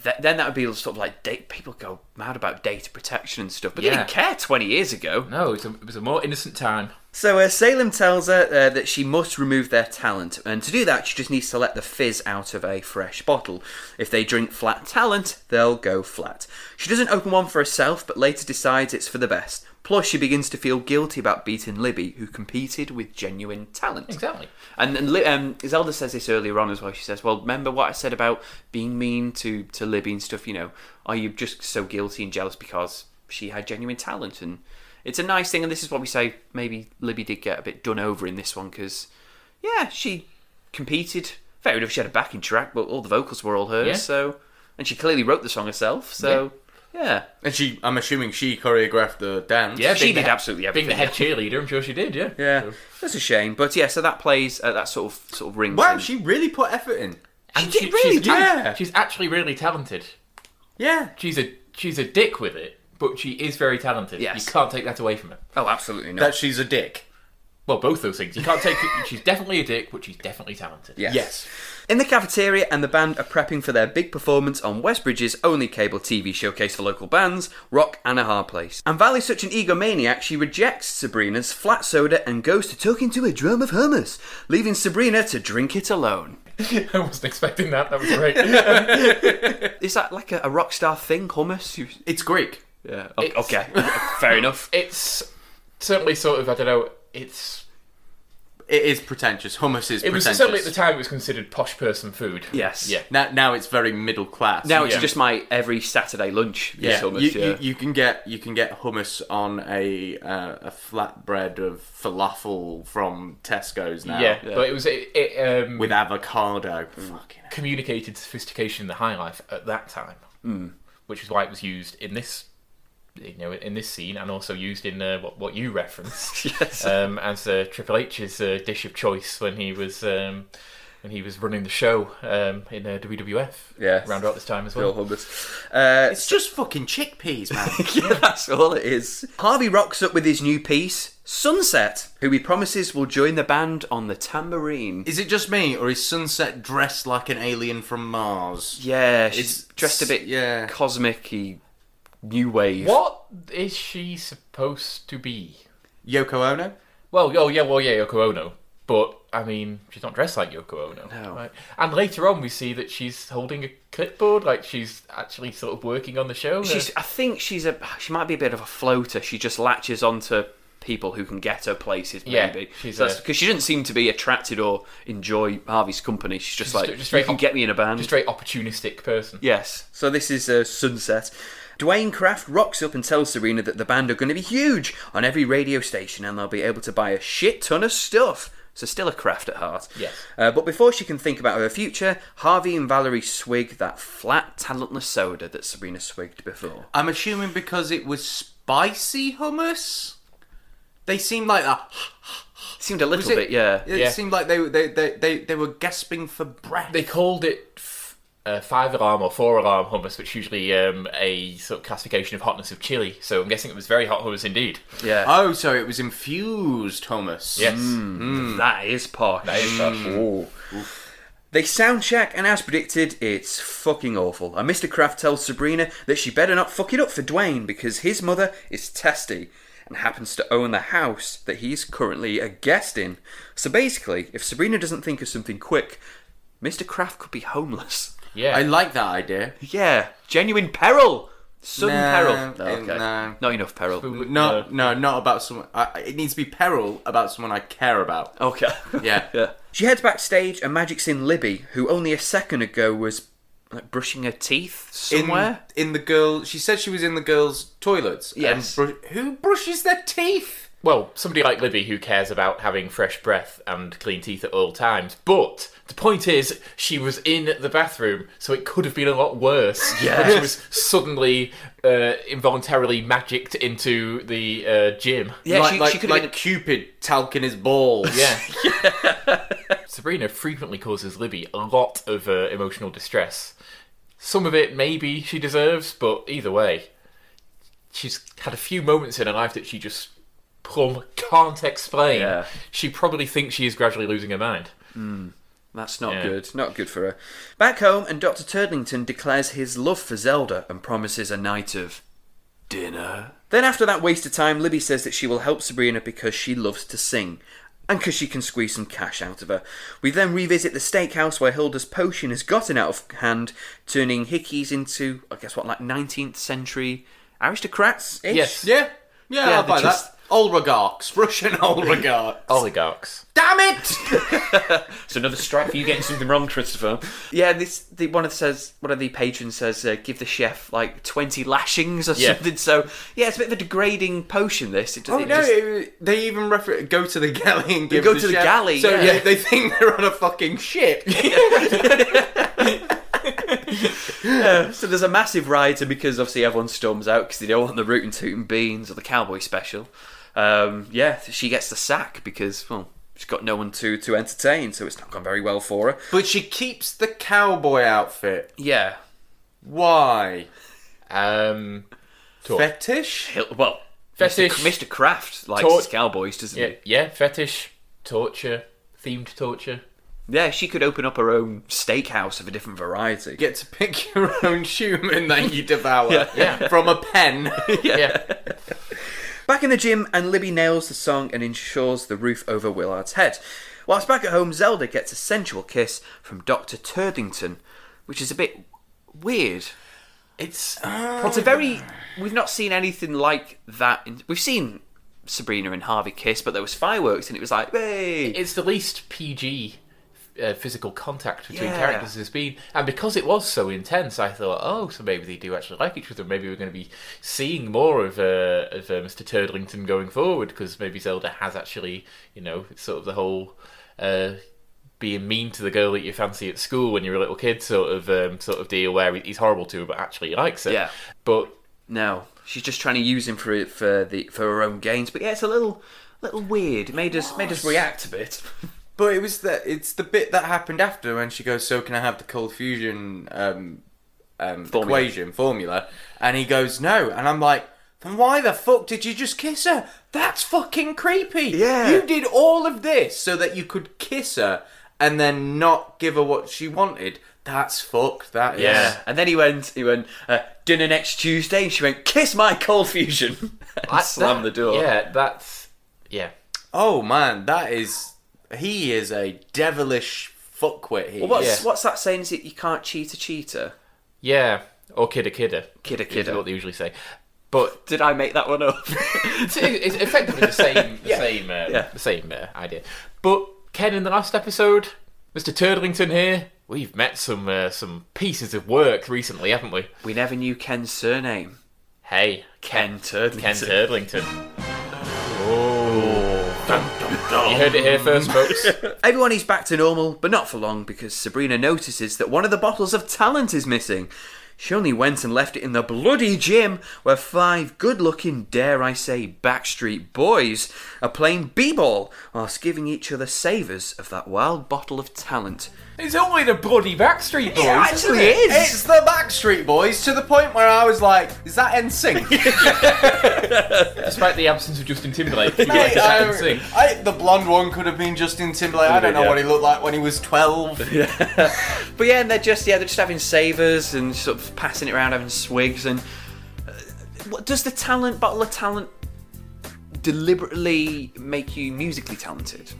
[SPEAKER 1] Th- then that would be sort of like date. People go mad about data protection and stuff, but they didn't care twenty years ago.
[SPEAKER 2] no, it's a, it was a more innocent time.
[SPEAKER 1] So uh, Salem tells her uh, that she must remove their talent, and to do that, she just needs to let the fizz out of a fresh bottle. If they drink flat talent, they'll go flat. She doesn't open one for herself, but later decides it's for the best. Plus, she begins to feel guilty about beating Libby, who competed with genuine talent.
[SPEAKER 2] Exactly.
[SPEAKER 1] And, and Li- um, Zelda says this earlier on as well. She says, "Well, remember what I said about being mean to to Libby and stuff. You know, are you just so guilty and jealous because she had genuine talent?" And it's a nice thing. And this is what we say. Maybe Libby did get a bit done over in this one because, yeah, she competed. Fair enough, she had a backing track, but all the vocals were all hers.
[SPEAKER 2] Yeah.
[SPEAKER 1] So, and she clearly wrote the song herself. So, yeah,
[SPEAKER 3] And she, I'm assuming she choreographed the dance.
[SPEAKER 2] Yeah,
[SPEAKER 1] she
[SPEAKER 2] being the
[SPEAKER 1] did
[SPEAKER 2] he-
[SPEAKER 1] absolutely everything.
[SPEAKER 2] Being the head cheerleader, I'm sure she did. Yeah.
[SPEAKER 1] yeah, that's a shame. But yeah, so that plays uh, that sort of sort of rings.
[SPEAKER 3] Wow,
[SPEAKER 1] in.
[SPEAKER 3] she really put effort in.
[SPEAKER 2] And
[SPEAKER 1] did really
[SPEAKER 2] she's,
[SPEAKER 3] do.
[SPEAKER 2] act- She's actually really talented.
[SPEAKER 3] Yeah.
[SPEAKER 2] She's a she's a dick with it, but she is very talented.
[SPEAKER 1] Yes.
[SPEAKER 2] You can't take that away from her.
[SPEAKER 1] oh, absolutely not.
[SPEAKER 3] That she's a dick.
[SPEAKER 2] Well, both those things. You can't take. she's definitely a dick, but she's definitely talented.
[SPEAKER 1] Yes.
[SPEAKER 3] Yes.
[SPEAKER 1] In the cafeteria, and the band are prepping for their big performance on Westbridge's only cable TV showcase for local bands, Rock and a Hard Place. And Val's such an egomaniac, she rejects Sabrina's flat soda and goes to tuck into a drum of hummus, leaving Sabrina to drink it alone.
[SPEAKER 2] I wasn't expecting that. That was great.
[SPEAKER 1] Is that like a, a rock star thing, hummus? You-
[SPEAKER 3] It's Greek.
[SPEAKER 1] Yeah. o- Okay. Fair enough.
[SPEAKER 2] it's certainly sort of. I don't know. It's.
[SPEAKER 3] It is pretentious. Hummus is
[SPEAKER 2] It was
[SPEAKER 3] pretentious.
[SPEAKER 2] certainly at the time it was considered posh person food.
[SPEAKER 1] Yes.
[SPEAKER 2] Yeah.
[SPEAKER 3] now, now it's very middle class.
[SPEAKER 1] Now it's
[SPEAKER 2] Yeah.
[SPEAKER 1] just my every Saturday lunch. is
[SPEAKER 3] yeah,
[SPEAKER 1] hummus,
[SPEAKER 3] you,
[SPEAKER 1] yeah.
[SPEAKER 3] You, you can get you can get hummus on a uh, a flatbread of falafel from Tesco's now.
[SPEAKER 2] Yeah, but it was it, it um,
[SPEAKER 3] with avocado. Fucking hell.
[SPEAKER 2] communicated sophistication in the high life at that time,
[SPEAKER 1] Hmm.
[SPEAKER 2] which is why it was used in this, you know, in this scene, and also used in uh, what what you referenced
[SPEAKER 1] Yes.
[SPEAKER 2] um, as uh, Triple H's uh, dish of choice when he was um, when he was running the show um, in uh, WWF.
[SPEAKER 1] Yes.
[SPEAKER 2] around about this time as
[SPEAKER 1] Bill
[SPEAKER 2] well.
[SPEAKER 1] hummus. Uh,
[SPEAKER 3] It's just fucking chickpeas, man.
[SPEAKER 1] yeah, that's all it is. Harvey rocks up with his new piece, Sunset, who he promises will join the band on the tambourine.
[SPEAKER 3] is it just me, or is Sunset dressed like an alien from Mars?
[SPEAKER 1] Yeah, she's
[SPEAKER 3] It's-
[SPEAKER 1] dressed a bit
[SPEAKER 3] yeah.
[SPEAKER 1] cosmic-y, new wave.
[SPEAKER 2] What is she supposed to be?
[SPEAKER 3] Yoko Ono.
[SPEAKER 2] Well, oh yeah, well yeah, Yoko Ono. But I mean, she's not dressed like Yoko Ono.
[SPEAKER 1] No.
[SPEAKER 2] Right? And later on, we see that she's holding a clipboard, like she's actually sort of working on the show.
[SPEAKER 1] She's, I think she's a. She might be a bit of a floater. She just latches onto people who can get her places.
[SPEAKER 2] Yeah,
[SPEAKER 1] Maybe because
[SPEAKER 2] she's a-
[SPEAKER 1] she didn't seem to be attracted or enjoy Harvey's company. She's just like,
[SPEAKER 2] just
[SPEAKER 1] you
[SPEAKER 2] very
[SPEAKER 1] can
[SPEAKER 2] op-
[SPEAKER 1] get me in a band.
[SPEAKER 2] just a very opportunistic person.
[SPEAKER 1] Yes. So this is uh, Sunset. Dwayne Kraft rocks up and tells Serena that the band are going to be huge on every radio station and they'll be able to buy a shit ton of stuff. So still a Kraft at heart.
[SPEAKER 2] Yes.
[SPEAKER 1] Uh, but before she can think about her future, Harvey and Valerie swig that flat, talentless soda that Serena swigged before.
[SPEAKER 3] I'm assuming because it was spicy hummus. They seemed like that.
[SPEAKER 1] seemed a little
[SPEAKER 3] it-
[SPEAKER 1] bit, yeah.
[SPEAKER 3] It
[SPEAKER 2] Yeah.
[SPEAKER 3] seemed like they, they they they they were gasping for breath.
[SPEAKER 2] They called it f- uh, five alarm or four alarm hummus, which is usually um, a sort of classification of hotness of chili. So I'm guessing it was very hot hummus indeed.
[SPEAKER 1] Yeah.
[SPEAKER 3] Oh, so it was infused hummus.
[SPEAKER 2] Yes.
[SPEAKER 1] Mm. Hmm. That is posh. Hmm.
[SPEAKER 2] That is posh.
[SPEAKER 1] Ooh. They sound check, and as predicted, it's fucking awful. And Mr. Kraft tells Sabrina that she better not fuck it up for Dwayne because his mother is testy and happens to own the house that he's currently a guest in. So basically, if Sabrina doesn't think of something quick, Mr. Kraft could be homeless.
[SPEAKER 2] Yeah.
[SPEAKER 3] I like that idea.
[SPEAKER 1] Yeah, genuine peril. Sudden
[SPEAKER 3] Nah,
[SPEAKER 1] peril.
[SPEAKER 3] eh, nah.
[SPEAKER 1] Not enough peril.
[SPEAKER 2] Who-
[SPEAKER 3] No,
[SPEAKER 2] uh,
[SPEAKER 3] no, not about someone. I, it needs to be peril about someone I care about.
[SPEAKER 1] Okay.
[SPEAKER 3] Yeah.
[SPEAKER 1] She heads backstage and Magic's in Libby, who only a second ago was like brushing her teeth
[SPEAKER 3] In,
[SPEAKER 1] somewhere.
[SPEAKER 3] in the girl, she said she was in the girls' toilets. and
[SPEAKER 1] Yes.
[SPEAKER 3] bru- who brushes their teeth?
[SPEAKER 2] Well, somebody like Libby who cares about having fresh breath and clean teeth at all times. But the point is, she was in the bathroom, so it could have been a lot worse. Yeah, she was suddenly uh, involuntarily magicked into the uh, gym.
[SPEAKER 1] Yeah,
[SPEAKER 3] like
[SPEAKER 1] she,
[SPEAKER 3] like,
[SPEAKER 1] she could
[SPEAKER 3] like
[SPEAKER 1] have been.
[SPEAKER 3] Cupid talking his balls.
[SPEAKER 2] Yeah. Sabrina frequently causes Libby a lot of uh, emotional distress. Some of it maybe she deserves, but either way, she's had a few moments in her life that she just plumb can't explain.
[SPEAKER 1] Yeah.
[SPEAKER 2] She probably thinks she is gradually losing her mind.
[SPEAKER 1] That's not
[SPEAKER 2] Yeah.
[SPEAKER 1] good. Not good for her. Back home, and Dr. Turdlington declares his love for Zelda and promises a night of dinner. Then, after that waste of time, Libby says that she will help Sabrina because she loves to sing. And because she can squeeze some cash out of her. We then revisit the steakhouse where Hilda's potion has gotten out of hand, turning hickeys into, I guess, what, like 19th century aristocrats?
[SPEAKER 2] Yes.
[SPEAKER 3] yeah, yeah.
[SPEAKER 1] Yeah,
[SPEAKER 3] I'll
[SPEAKER 1] they
[SPEAKER 3] buy
[SPEAKER 1] just-
[SPEAKER 3] that. Oligarchs, Russian oligarchs.
[SPEAKER 2] Oligarchs.
[SPEAKER 3] Damn it!
[SPEAKER 1] It's another strike for you getting something wrong, Christopher. Yeah, this the one of says one of the patrons says uh, give the chef like twenty lashings or
[SPEAKER 2] Yeah.
[SPEAKER 1] something. So yeah, it's a bit of a degrading potion. This it, does
[SPEAKER 3] Oh
[SPEAKER 1] it
[SPEAKER 3] no!
[SPEAKER 1] just-
[SPEAKER 3] it- they even refer go to the galley and give
[SPEAKER 1] go
[SPEAKER 3] the
[SPEAKER 1] to the
[SPEAKER 3] chef-
[SPEAKER 1] galley,
[SPEAKER 3] So
[SPEAKER 1] yeah.
[SPEAKER 3] they, they think they're on a fucking ship.
[SPEAKER 1] so there's a massive riot, and because obviously everyone storms out because they don't want the root and toot and beans or the cowboy special. Um, yeah, she gets the sack because well she's got no one to to entertain, so it's not gone very well for her.
[SPEAKER 3] but she keeps the cowboy outfit.
[SPEAKER 1] Yeah,
[SPEAKER 3] Why?
[SPEAKER 2] Um, Cool.
[SPEAKER 3] Fetish?
[SPEAKER 1] Hil- well
[SPEAKER 2] Fetish.
[SPEAKER 1] Mr. Kraft likes
[SPEAKER 2] Tor-
[SPEAKER 1] his cowboys, doesn't
[SPEAKER 2] Yeah,
[SPEAKER 1] he?
[SPEAKER 2] yeah, fetish, torture, themed torture.
[SPEAKER 1] Yeah, she could open up her own steakhouse of a different variety.
[SPEAKER 3] Get to pick your own human that you devour
[SPEAKER 2] yeah.
[SPEAKER 3] from a pen.
[SPEAKER 2] Yeah.
[SPEAKER 1] Back in the gym, and Libby nails the song and ensures the roof over Willard's head. Whilst back at home, Zelda gets a sensual kiss from Dr. Turdington, which is a bit weird.
[SPEAKER 3] it's
[SPEAKER 1] Well, it's a very. We've not seen anything like that. In, we've seen Sabrina and Harvey kiss, but there was fireworks, and it was like, hey!
[SPEAKER 2] it's the least PG uh, physical contact between
[SPEAKER 1] Yeah.
[SPEAKER 2] characters there's been, and because it was so intense, I thought, oh, so maybe they do actually like each other. Maybe we're going to be seeing more of uh, of uh, Mr. Turdlington going forward because maybe Zelda has actually, you know, it's sort of the whole. Uh, being mean to the girl that you fancy at school when you're a little kid, sort of, um, sort of deal where he's horrible to her, but actually he likes her.
[SPEAKER 1] Yeah.
[SPEAKER 2] But
[SPEAKER 1] No, she's just trying to use him for for the for her own gains. But yeah, it's a little little weird. It made us made us react a bit.
[SPEAKER 3] But it was the it's the bit that happened after when she goes, "So can I have the cold fusion um, um,
[SPEAKER 1] Formula.
[SPEAKER 3] equation formula?" And he goes, "No." And I'm like, "Then why the fuck did you just kiss her? That's fucking creepy.
[SPEAKER 1] Yeah.
[SPEAKER 3] you did all of this so that you could kiss her and then not give her what she wanted. That's fucked. That is.
[SPEAKER 2] Yeah.
[SPEAKER 1] And then he went he went uh, dinner next Tuesday, and she went kiss my cold fusion and
[SPEAKER 2] I-
[SPEAKER 1] slammed the
[SPEAKER 2] that-
[SPEAKER 1] door.
[SPEAKER 2] Yeah, that's yeah.
[SPEAKER 3] Oh man, that is. He is a devilish fuckwit. He.
[SPEAKER 1] Well, what's
[SPEAKER 2] Yeah.
[SPEAKER 1] what's that saying? Is it you can't cheat a cheater?
[SPEAKER 2] Yeah, or kidda kidda.
[SPEAKER 1] Kidda
[SPEAKER 2] Is
[SPEAKER 1] kidda.
[SPEAKER 2] what they usually say. But
[SPEAKER 1] Did I make that one up?
[SPEAKER 2] it's, it's effectively the same, the same, uh,
[SPEAKER 1] Yeah.
[SPEAKER 2] the same uh, idea. But Ken, in the last episode, Mr. Turdlington here. We've met some uh, some pieces of work recently, haven't we?
[SPEAKER 1] we never knew Ken's surname.
[SPEAKER 2] Hey,
[SPEAKER 1] Ken Turdlington.
[SPEAKER 2] Ken Turdlington. Oh, you heard it here first, folks.
[SPEAKER 1] Everyone is back to normal, but not for long because Sabrina notices that one of the bottles of talent is missing. She only went and left it in the bloody gym where five good looking, dare I say, backstreet boys are playing b ball whilst giving each other savours of that wild bottle of talent.
[SPEAKER 2] it's only the bloody Backstreet Boys.
[SPEAKER 1] actually is!
[SPEAKER 3] It's the Backstreet Boys to the point where I was like, "Is that NSYNC?"
[SPEAKER 2] Despite the absence of Justin Timberlake, you like
[SPEAKER 3] Mate,
[SPEAKER 2] to
[SPEAKER 3] I-
[SPEAKER 1] um,
[SPEAKER 2] and sing.
[SPEAKER 3] um, I- the blonde one could have been Justin Timberlake. I don't know
[SPEAKER 1] yeah.
[SPEAKER 3] what he looked like when he was twelve.
[SPEAKER 1] But yeah, and they're just yeah, they're just having savers and sort of passing it around, having swigs. And uh, what does the talent bottle of talent deliberately make you musically talented?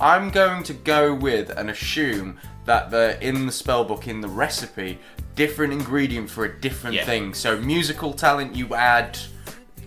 [SPEAKER 3] I'm going to go with and assume that the in the spell book in the recipe, different ingredient for a different
[SPEAKER 2] Yeah.
[SPEAKER 3] thing. So musical talent, you add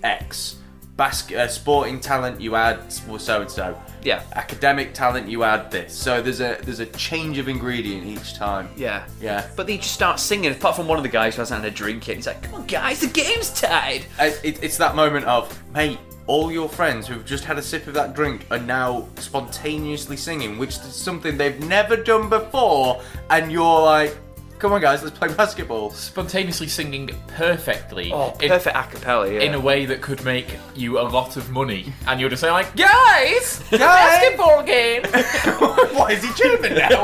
[SPEAKER 3] X. Basket, uh, sporting talent, you add so and so.
[SPEAKER 1] Yeah.
[SPEAKER 3] Academic talent, you add this. So there's a there's a change of ingredient each time.
[SPEAKER 1] Yeah.
[SPEAKER 3] Yeah.
[SPEAKER 1] But they just start singing, apart from one of the guys who hasn't had a drink yet. He's like, come on, guys, the game's tied.
[SPEAKER 3] I- it, it's that moment of mate all your friends who've just had a sip of that drink are now spontaneously singing which is something they've never done before and you're like come on guys let's play basketball
[SPEAKER 2] Spontaneously singing perfectly. Oh, in-
[SPEAKER 1] Oh, perfect a cappella, yeah.
[SPEAKER 2] in a way that could make you a lot of money, and you're just saying like, guys, the basketball game,
[SPEAKER 3] why is he german now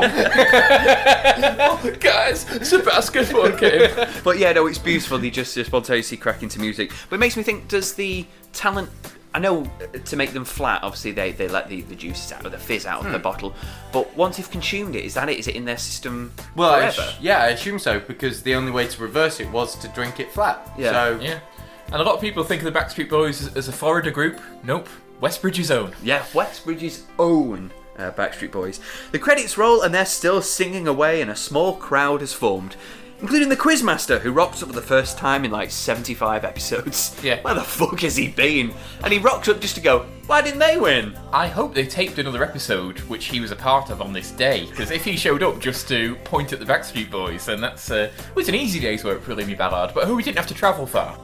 [SPEAKER 2] guys, it's a basketball game.
[SPEAKER 1] But yeah, no, it's beautiful. They just spontaneously crack into music. But it makes me think: Does the talent? I know uh, to make them flat, obviously they, they let the, the juices out or the fizz out
[SPEAKER 2] Hmm.
[SPEAKER 1] of the bottle. But once they've consumed it, is that it? Is it in their system
[SPEAKER 3] well I
[SPEAKER 1] forever?
[SPEAKER 3] ass- yeah i assume so because the only way to reverse it was to drink it flat
[SPEAKER 1] Yeah.
[SPEAKER 3] so
[SPEAKER 2] Yeah, and a lot of people think of the Backstreet Boys as, as a Florida group. Nope, Westbridge's own.
[SPEAKER 1] Yeah, Westbridge's own uh, Backstreet Boys. The credits roll and they're still singing away, and a small crowd has formed, including the Quizmaster, who rocks up for the first time in like 75 episodes.
[SPEAKER 2] Yeah.
[SPEAKER 1] Where the fuck has he been? And he rocks up just to go, why didn't they win?
[SPEAKER 2] I hope they taped another episode which he was a part of on this day, because if he showed up just to point at the Backstreet Boys, then that's uh, it was an easy day's work for Lemmy Ballard. But who we didn't have to travel far.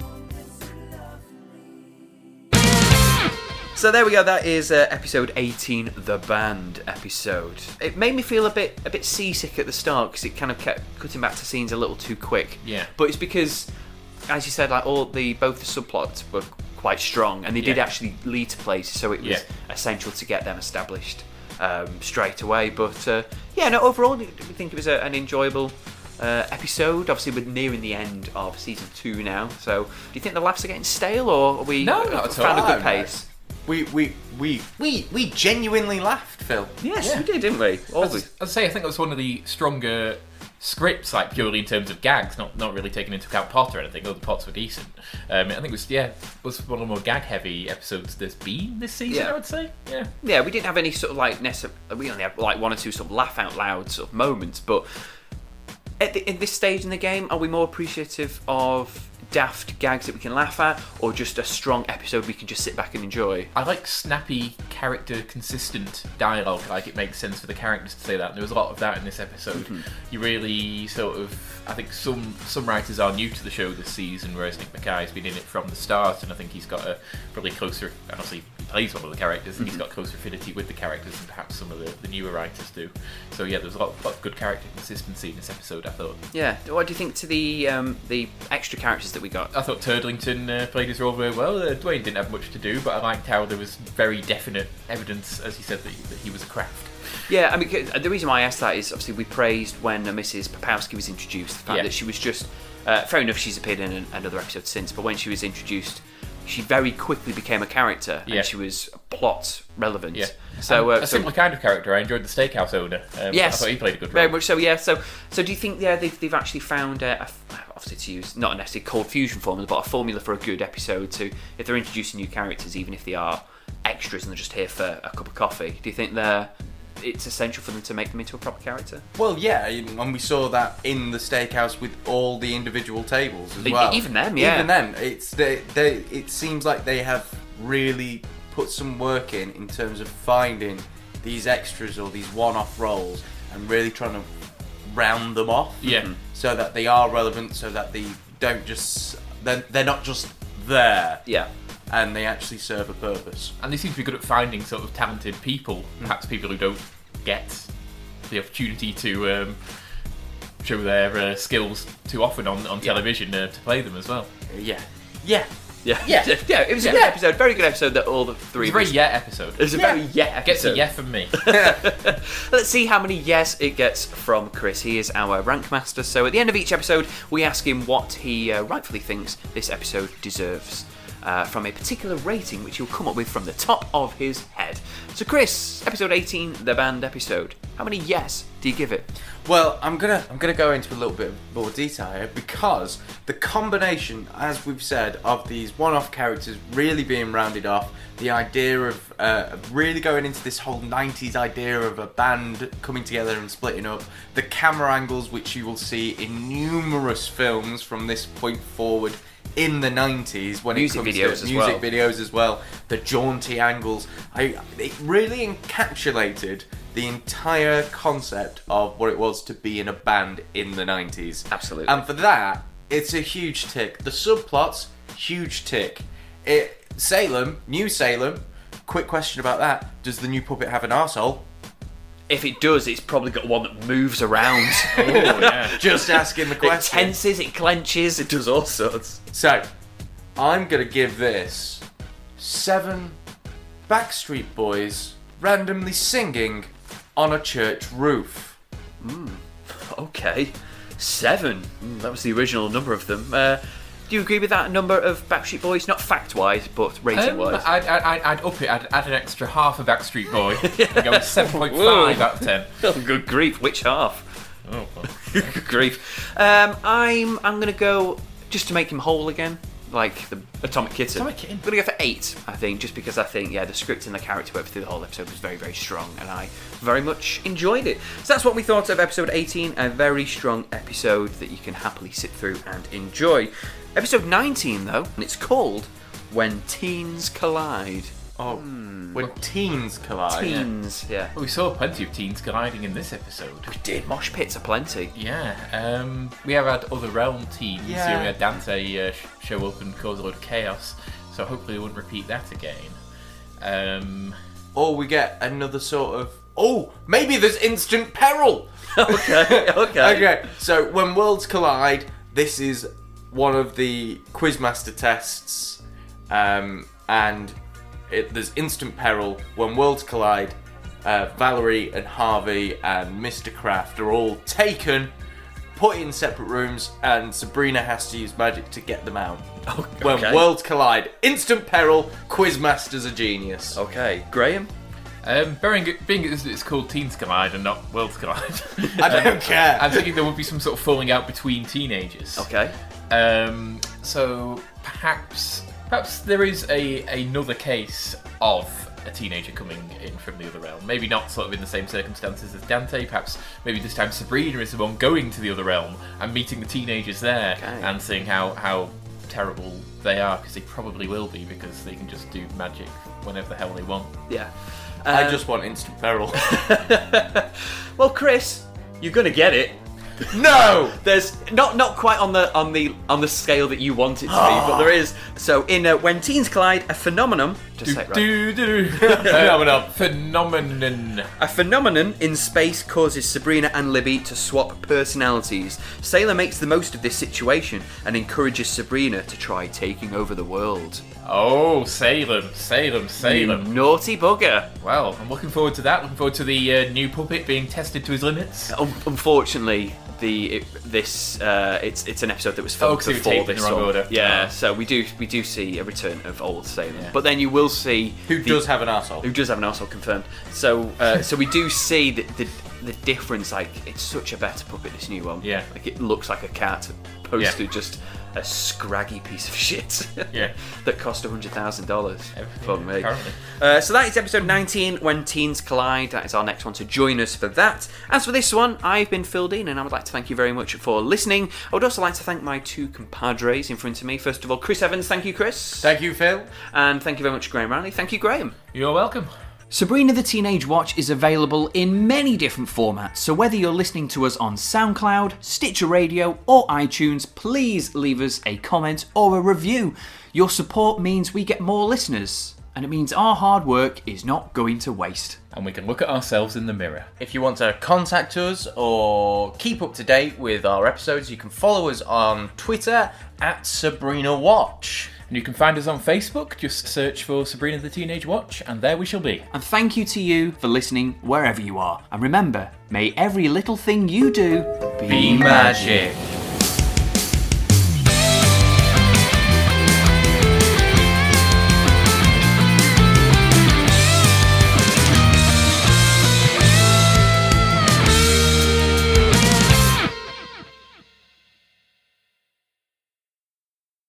[SPEAKER 1] So there we go. That is uh, episode 18, the band episode. It made me feel a bit a bit seasick at the start because it kind of kept cutting back to scenes a little too quick.
[SPEAKER 2] Yeah.
[SPEAKER 1] But it's because, as you said, like all the both the subplots were quite strong and they did
[SPEAKER 2] Yeah.
[SPEAKER 1] actually lead to places, so it was
[SPEAKER 2] Yeah.
[SPEAKER 1] essential to get them established um, straight away. But uh, yeah, no, overall, I think it was a, an enjoyable uh, episode. Obviously, we're nearing the end of season two now. So, do you think the laughs are getting stale, or are we
[SPEAKER 2] No,
[SPEAKER 1] uh,
[SPEAKER 2] not at
[SPEAKER 1] found
[SPEAKER 3] all.
[SPEAKER 1] a good
[SPEAKER 3] No, no.
[SPEAKER 1] pace?
[SPEAKER 3] We we we we we genuinely laughed, Phil.
[SPEAKER 1] Yes,
[SPEAKER 2] Yeah.
[SPEAKER 1] we did, didn't we? All the
[SPEAKER 2] As I say, I think that was one of the stronger scripts, like purely in terms of gags, not not really taking into account pot or anything. Though the pots were decent. Um, I think it was yeah, was one of the more gag heavy episodes there's been this season.
[SPEAKER 1] Yeah.
[SPEAKER 2] I would say yeah.
[SPEAKER 1] yeah, we didn't have any sort of like necessar We only had like one or two sort of laugh out loud sort of moments, but at, the, at this stage in the game, are we more appreciative of daft gags that we can laugh at, or just a strong episode we can just sit back and enjoy?
[SPEAKER 2] I like snappy, character consistent dialogue. Like it makes sense for the characters to say that. And there was a lot of that in this episode. You really sort of, I think some some writers are new to the show this season, whereas Nick Mackay has been in it from the start, and I think he's got a probably closer. and Obviously, he plays one of the characters, and he's got closer affinity with the characters than perhaps some of the, the newer writers do. So yeah, there's a lot, lot of good character consistency in this episode. I thought.
[SPEAKER 1] Yeah. What do you think to the um, the extra characters that we got?
[SPEAKER 2] I thought Turdlington uh, played his role very well. Uh, Dwayne didn't have much to do, but I liked how there was very definite evidence, as he said, that he, that he was a craft.
[SPEAKER 1] Yeah, I mean, 'cause the reason why I asked that is obviously we praised when uh, Mrs. Papowski was introduced, the fact
[SPEAKER 2] Yeah.
[SPEAKER 1] that she was just. Uh, fair enough, she's appeared in an, another episode since, but when she was introduced, she very quickly became a character
[SPEAKER 2] Yeah.
[SPEAKER 1] and she was plot relevant.
[SPEAKER 2] Yeah.
[SPEAKER 1] So,
[SPEAKER 2] And
[SPEAKER 1] uh,
[SPEAKER 2] a
[SPEAKER 1] so
[SPEAKER 2] similar kind of character. I enjoyed the steakhouse owner. Um,
[SPEAKER 1] Yes.
[SPEAKER 2] I thought he played a good role.
[SPEAKER 1] very much so, yeah. So, so do you think yeah they've, they've actually found uh, a f obviously to use not necessarily cold fusion formula, but a formula for a good episode to if they're introducing new characters, even if they are extras and they're just here for a cup of coffee. Do you think they're it's essential for them to make them into a proper character?
[SPEAKER 3] Well, yeah, and we saw that in the steakhouse with all the individual tables as
[SPEAKER 1] E-
[SPEAKER 3] well.
[SPEAKER 1] even them, yeah.
[SPEAKER 3] Even them, it's they, they. It seems like they have really put some work in in terms of finding these extras or these one-off roles and really trying to round them off.
[SPEAKER 2] Yeah.
[SPEAKER 3] So that they are relevant, so that they don't just they're, they're not just there,
[SPEAKER 1] Yeah.
[SPEAKER 3] and they actually serve a purpose.
[SPEAKER 2] And they seem to be good at finding sort of talented people,
[SPEAKER 1] Hmm.
[SPEAKER 2] perhaps people who don't get the opportunity to um, show their uh, skills too often on, on television uh, to play them as well.
[SPEAKER 3] Yeah. Yeah.
[SPEAKER 1] Yeah.
[SPEAKER 3] Yeah.
[SPEAKER 1] yeah, it was a
[SPEAKER 2] Yeah.
[SPEAKER 1] good episode. Very good episode that all the three
[SPEAKER 2] It's a
[SPEAKER 1] of
[SPEAKER 2] very
[SPEAKER 1] us-
[SPEAKER 2] yeah episode.
[SPEAKER 1] It was a
[SPEAKER 3] Yeah.
[SPEAKER 1] very yeah
[SPEAKER 2] Gets
[SPEAKER 1] episode.
[SPEAKER 2] a yeah from me.
[SPEAKER 1] Let's see how many yes it gets from Chris. He is our rank master. So at the end of each episode, we ask him what he uh, rightfully thinks this episode deserves uh, from a particular rating, which he'll come up with from the top of his head. So Chris, episode 18, the band episode. How many yes do you give it?
[SPEAKER 3] Well, I'm gonna I'm gonna go into a little bit more detail here because the combination, as we've said, of these one-off characters really being rounded off, the idea of uh, of really going into this whole '90s idea of a band coming together and splitting up, the camera angles which you will see in numerous films from this point forward in the '90s when
[SPEAKER 1] Music
[SPEAKER 3] it comes
[SPEAKER 1] videos
[SPEAKER 3] to
[SPEAKER 1] as
[SPEAKER 3] music
[SPEAKER 1] well.
[SPEAKER 3] videos as well, the jaunty angles. I it really encapsulated the entire concept of what it was to be in a band in the 90s.
[SPEAKER 1] Absolutely.
[SPEAKER 3] And for that, it's a huge tick. The subplots, huge tick. It Salem, New Salem. Quick question about that: Does the new puppet have an arsehole?
[SPEAKER 1] If it does, it's probably got one that moves around.
[SPEAKER 2] oh, yeah.
[SPEAKER 3] Just asking the
[SPEAKER 1] it
[SPEAKER 3] question.
[SPEAKER 1] tenses, it clenches, it does all sorts.
[SPEAKER 3] So, I'm gonna give this seven Backstreet Boys randomly singing on a church roof.
[SPEAKER 1] Okay, seven. Mm, that was the original number of them. Uh, do you agree with that number of Backstreet Boys? Not fact-wise, but
[SPEAKER 2] Um,
[SPEAKER 1] rating-wise.
[SPEAKER 2] I'd, I'd, I'd up it. I'd add an extra half of Backstreet Boy. and go with 7.5 out of 10.
[SPEAKER 1] Oh, good grief! Which half?
[SPEAKER 2] Oh, well.
[SPEAKER 1] good grief. Um, I'm I'm gonna go just to make him whole again, like the Atomic Kitten.
[SPEAKER 2] Atomic Kitten.
[SPEAKER 1] I'm gonna go for eight, I think, just because I think yeah, the script and the character work through the whole episode was very very strong, and I very much enjoyed it. So that's what we thought of episode 18, a very strong episode that you can happily sit through and enjoy. Episode 19 though, and it's called "When Teens Collide."
[SPEAKER 3] Oh, when teens collide.
[SPEAKER 1] Teens, Oh, yeah.
[SPEAKER 2] Well, we saw plenty of teens colliding in this episode.
[SPEAKER 1] We did mosh pits aplenty.
[SPEAKER 2] Yeah, um, we have had other realm teams. Yeah.
[SPEAKER 3] Yeah.
[SPEAKER 2] we had Dante uh, sh- show up and cause a load of chaos. So hopefully we won't repeat that again. Um,
[SPEAKER 3] Or we get another sort of. Oh, maybe there's instant peril!
[SPEAKER 1] okay, okay.
[SPEAKER 3] Okay, so when worlds collide, this is one of the Quizmaster tests, um, and it, there's instant peril when worlds collide. Uh, Valerie and Harvey and Mr. Kraft are all taken, put in separate rooms, and Sabrina has to use magic to get them out.
[SPEAKER 1] Oh,
[SPEAKER 3] When
[SPEAKER 1] okay.
[SPEAKER 3] worlds collide, instant peril. Quizmaster's a genius.
[SPEAKER 1] Okay, Graham.
[SPEAKER 2] Um, bearing it, being it's, it's called Teens Collide and not Worlds Collide,
[SPEAKER 3] I don't care.
[SPEAKER 2] I'm thinking there would be some sort of falling out between teenagers.
[SPEAKER 1] Okay.
[SPEAKER 2] Um, so perhaps perhaps there is a another case of a teenager coming in from the other realm. Maybe not sort of in the same circumstances as Dante. Perhaps maybe this time Sabrina is the one going to the other realm and meeting the teenagers there
[SPEAKER 1] Okay.
[SPEAKER 2] and seeing how how terrible they are because they probably will be because they can just do magic whenever the hell they want.
[SPEAKER 1] Yeah.
[SPEAKER 3] I
[SPEAKER 1] Um,
[SPEAKER 3] just want instant peril.
[SPEAKER 1] Well, Chris, you're gonna get it.
[SPEAKER 3] no.
[SPEAKER 1] There's not not quite on the on the on the scale that you want it to be, but there is. So in uh, when teens collide, a phenomenon. Just say it right.
[SPEAKER 2] Do, do, do. Phenomenon. Phenomenon.
[SPEAKER 1] A phenomenon in space causes Sabrina and Libby to swap personalities. Sailor makes the most of this situation and encourages Sabrina to try taking over the world.
[SPEAKER 2] Oh, Salem, Salem,
[SPEAKER 1] You
[SPEAKER 2] Salem.
[SPEAKER 1] naughty bugger.
[SPEAKER 2] Well, I'm looking forward to that. Looking forward to the uh, new puppet being tested to his limits.
[SPEAKER 1] Un- Um, unfortunately, the it, this uh, it's it's an episode that was
[SPEAKER 2] Oh,
[SPEAKER 1] filmed
[SPEAKER 2] 'cause it was
[SPEAKER 1] before
[SPEAKER 2] taped in the
[SPEAKER 1] this
[SPEAKER 2] wrong
[SPEAKER 1] one.
[SPEAKER 2] order.
[SPEAKER 1] Yeah,
[SPEAKER 2] Oh.
[SPEAKER 1] so we do we do see a return of old Salem,
[SPEAKER 2] Yeah.
[SPEAKER 1] but then you will see
[SPEAKER 3] Who
[SPEAKER 1] the-
[SPEAKER 3] does have an asshole?
[SPEAKER 1] who does have an arsehole confirmed. So uh, so we do see the, the the difference. Like it's such a better puppet this new one.
[SPEAKER 2] Yeah.
[SPEAKER 1] like it looks like a cat opposed
[SPEAKER 2] Yeah.
[SPEAKER 1] to just a scraggy piece of shit.
[SPEAKER 2] Yeah.
[SPEAKER 1] that cost hundred thousand dollars. For me.
[SPEAKER 2] apparently.
[SPEAKER 1] Uh, so that is episode 19, When Teens Collide. That is our next one, so join us for that. As for this one, I've been filled in, and I would like to thank you very much for listening. I would also like to thank my two compadres in front of me. First of all, Chris Evans, thank you, Chris.
[SPEAKER 3] Thank you, Phil.
[SPEAKER 1] and thank you very much, Graham Riley. Thank you, Graham.
[SPEAKER 2] You're welcome.
[SPEAKER 1] Sabrina the Teenage Watch is available in many different formats, so whether you're listening to us on SoundCloud, Stitcher Radio, or iTunes, please leave us a comment or a review. Your support means we get more listeners, and it means our hard work is not going to waste.
[SPEAKER 2] And we can look at ourselves in the mirror.
[SPEAKER 3] If you want to contact us or keep up to date with our episodes, you can follow us on Twitter at Sabrina Watch.
[SPEAKER 2] And you can find us on Facebook. Just search for Sabrina the Teenage Watch, and there we shall be.
[SPEAKER 1] And thank you to you for listening wherever you are. And remember, may every little thing you do be
[SPEAKER 3] Magic.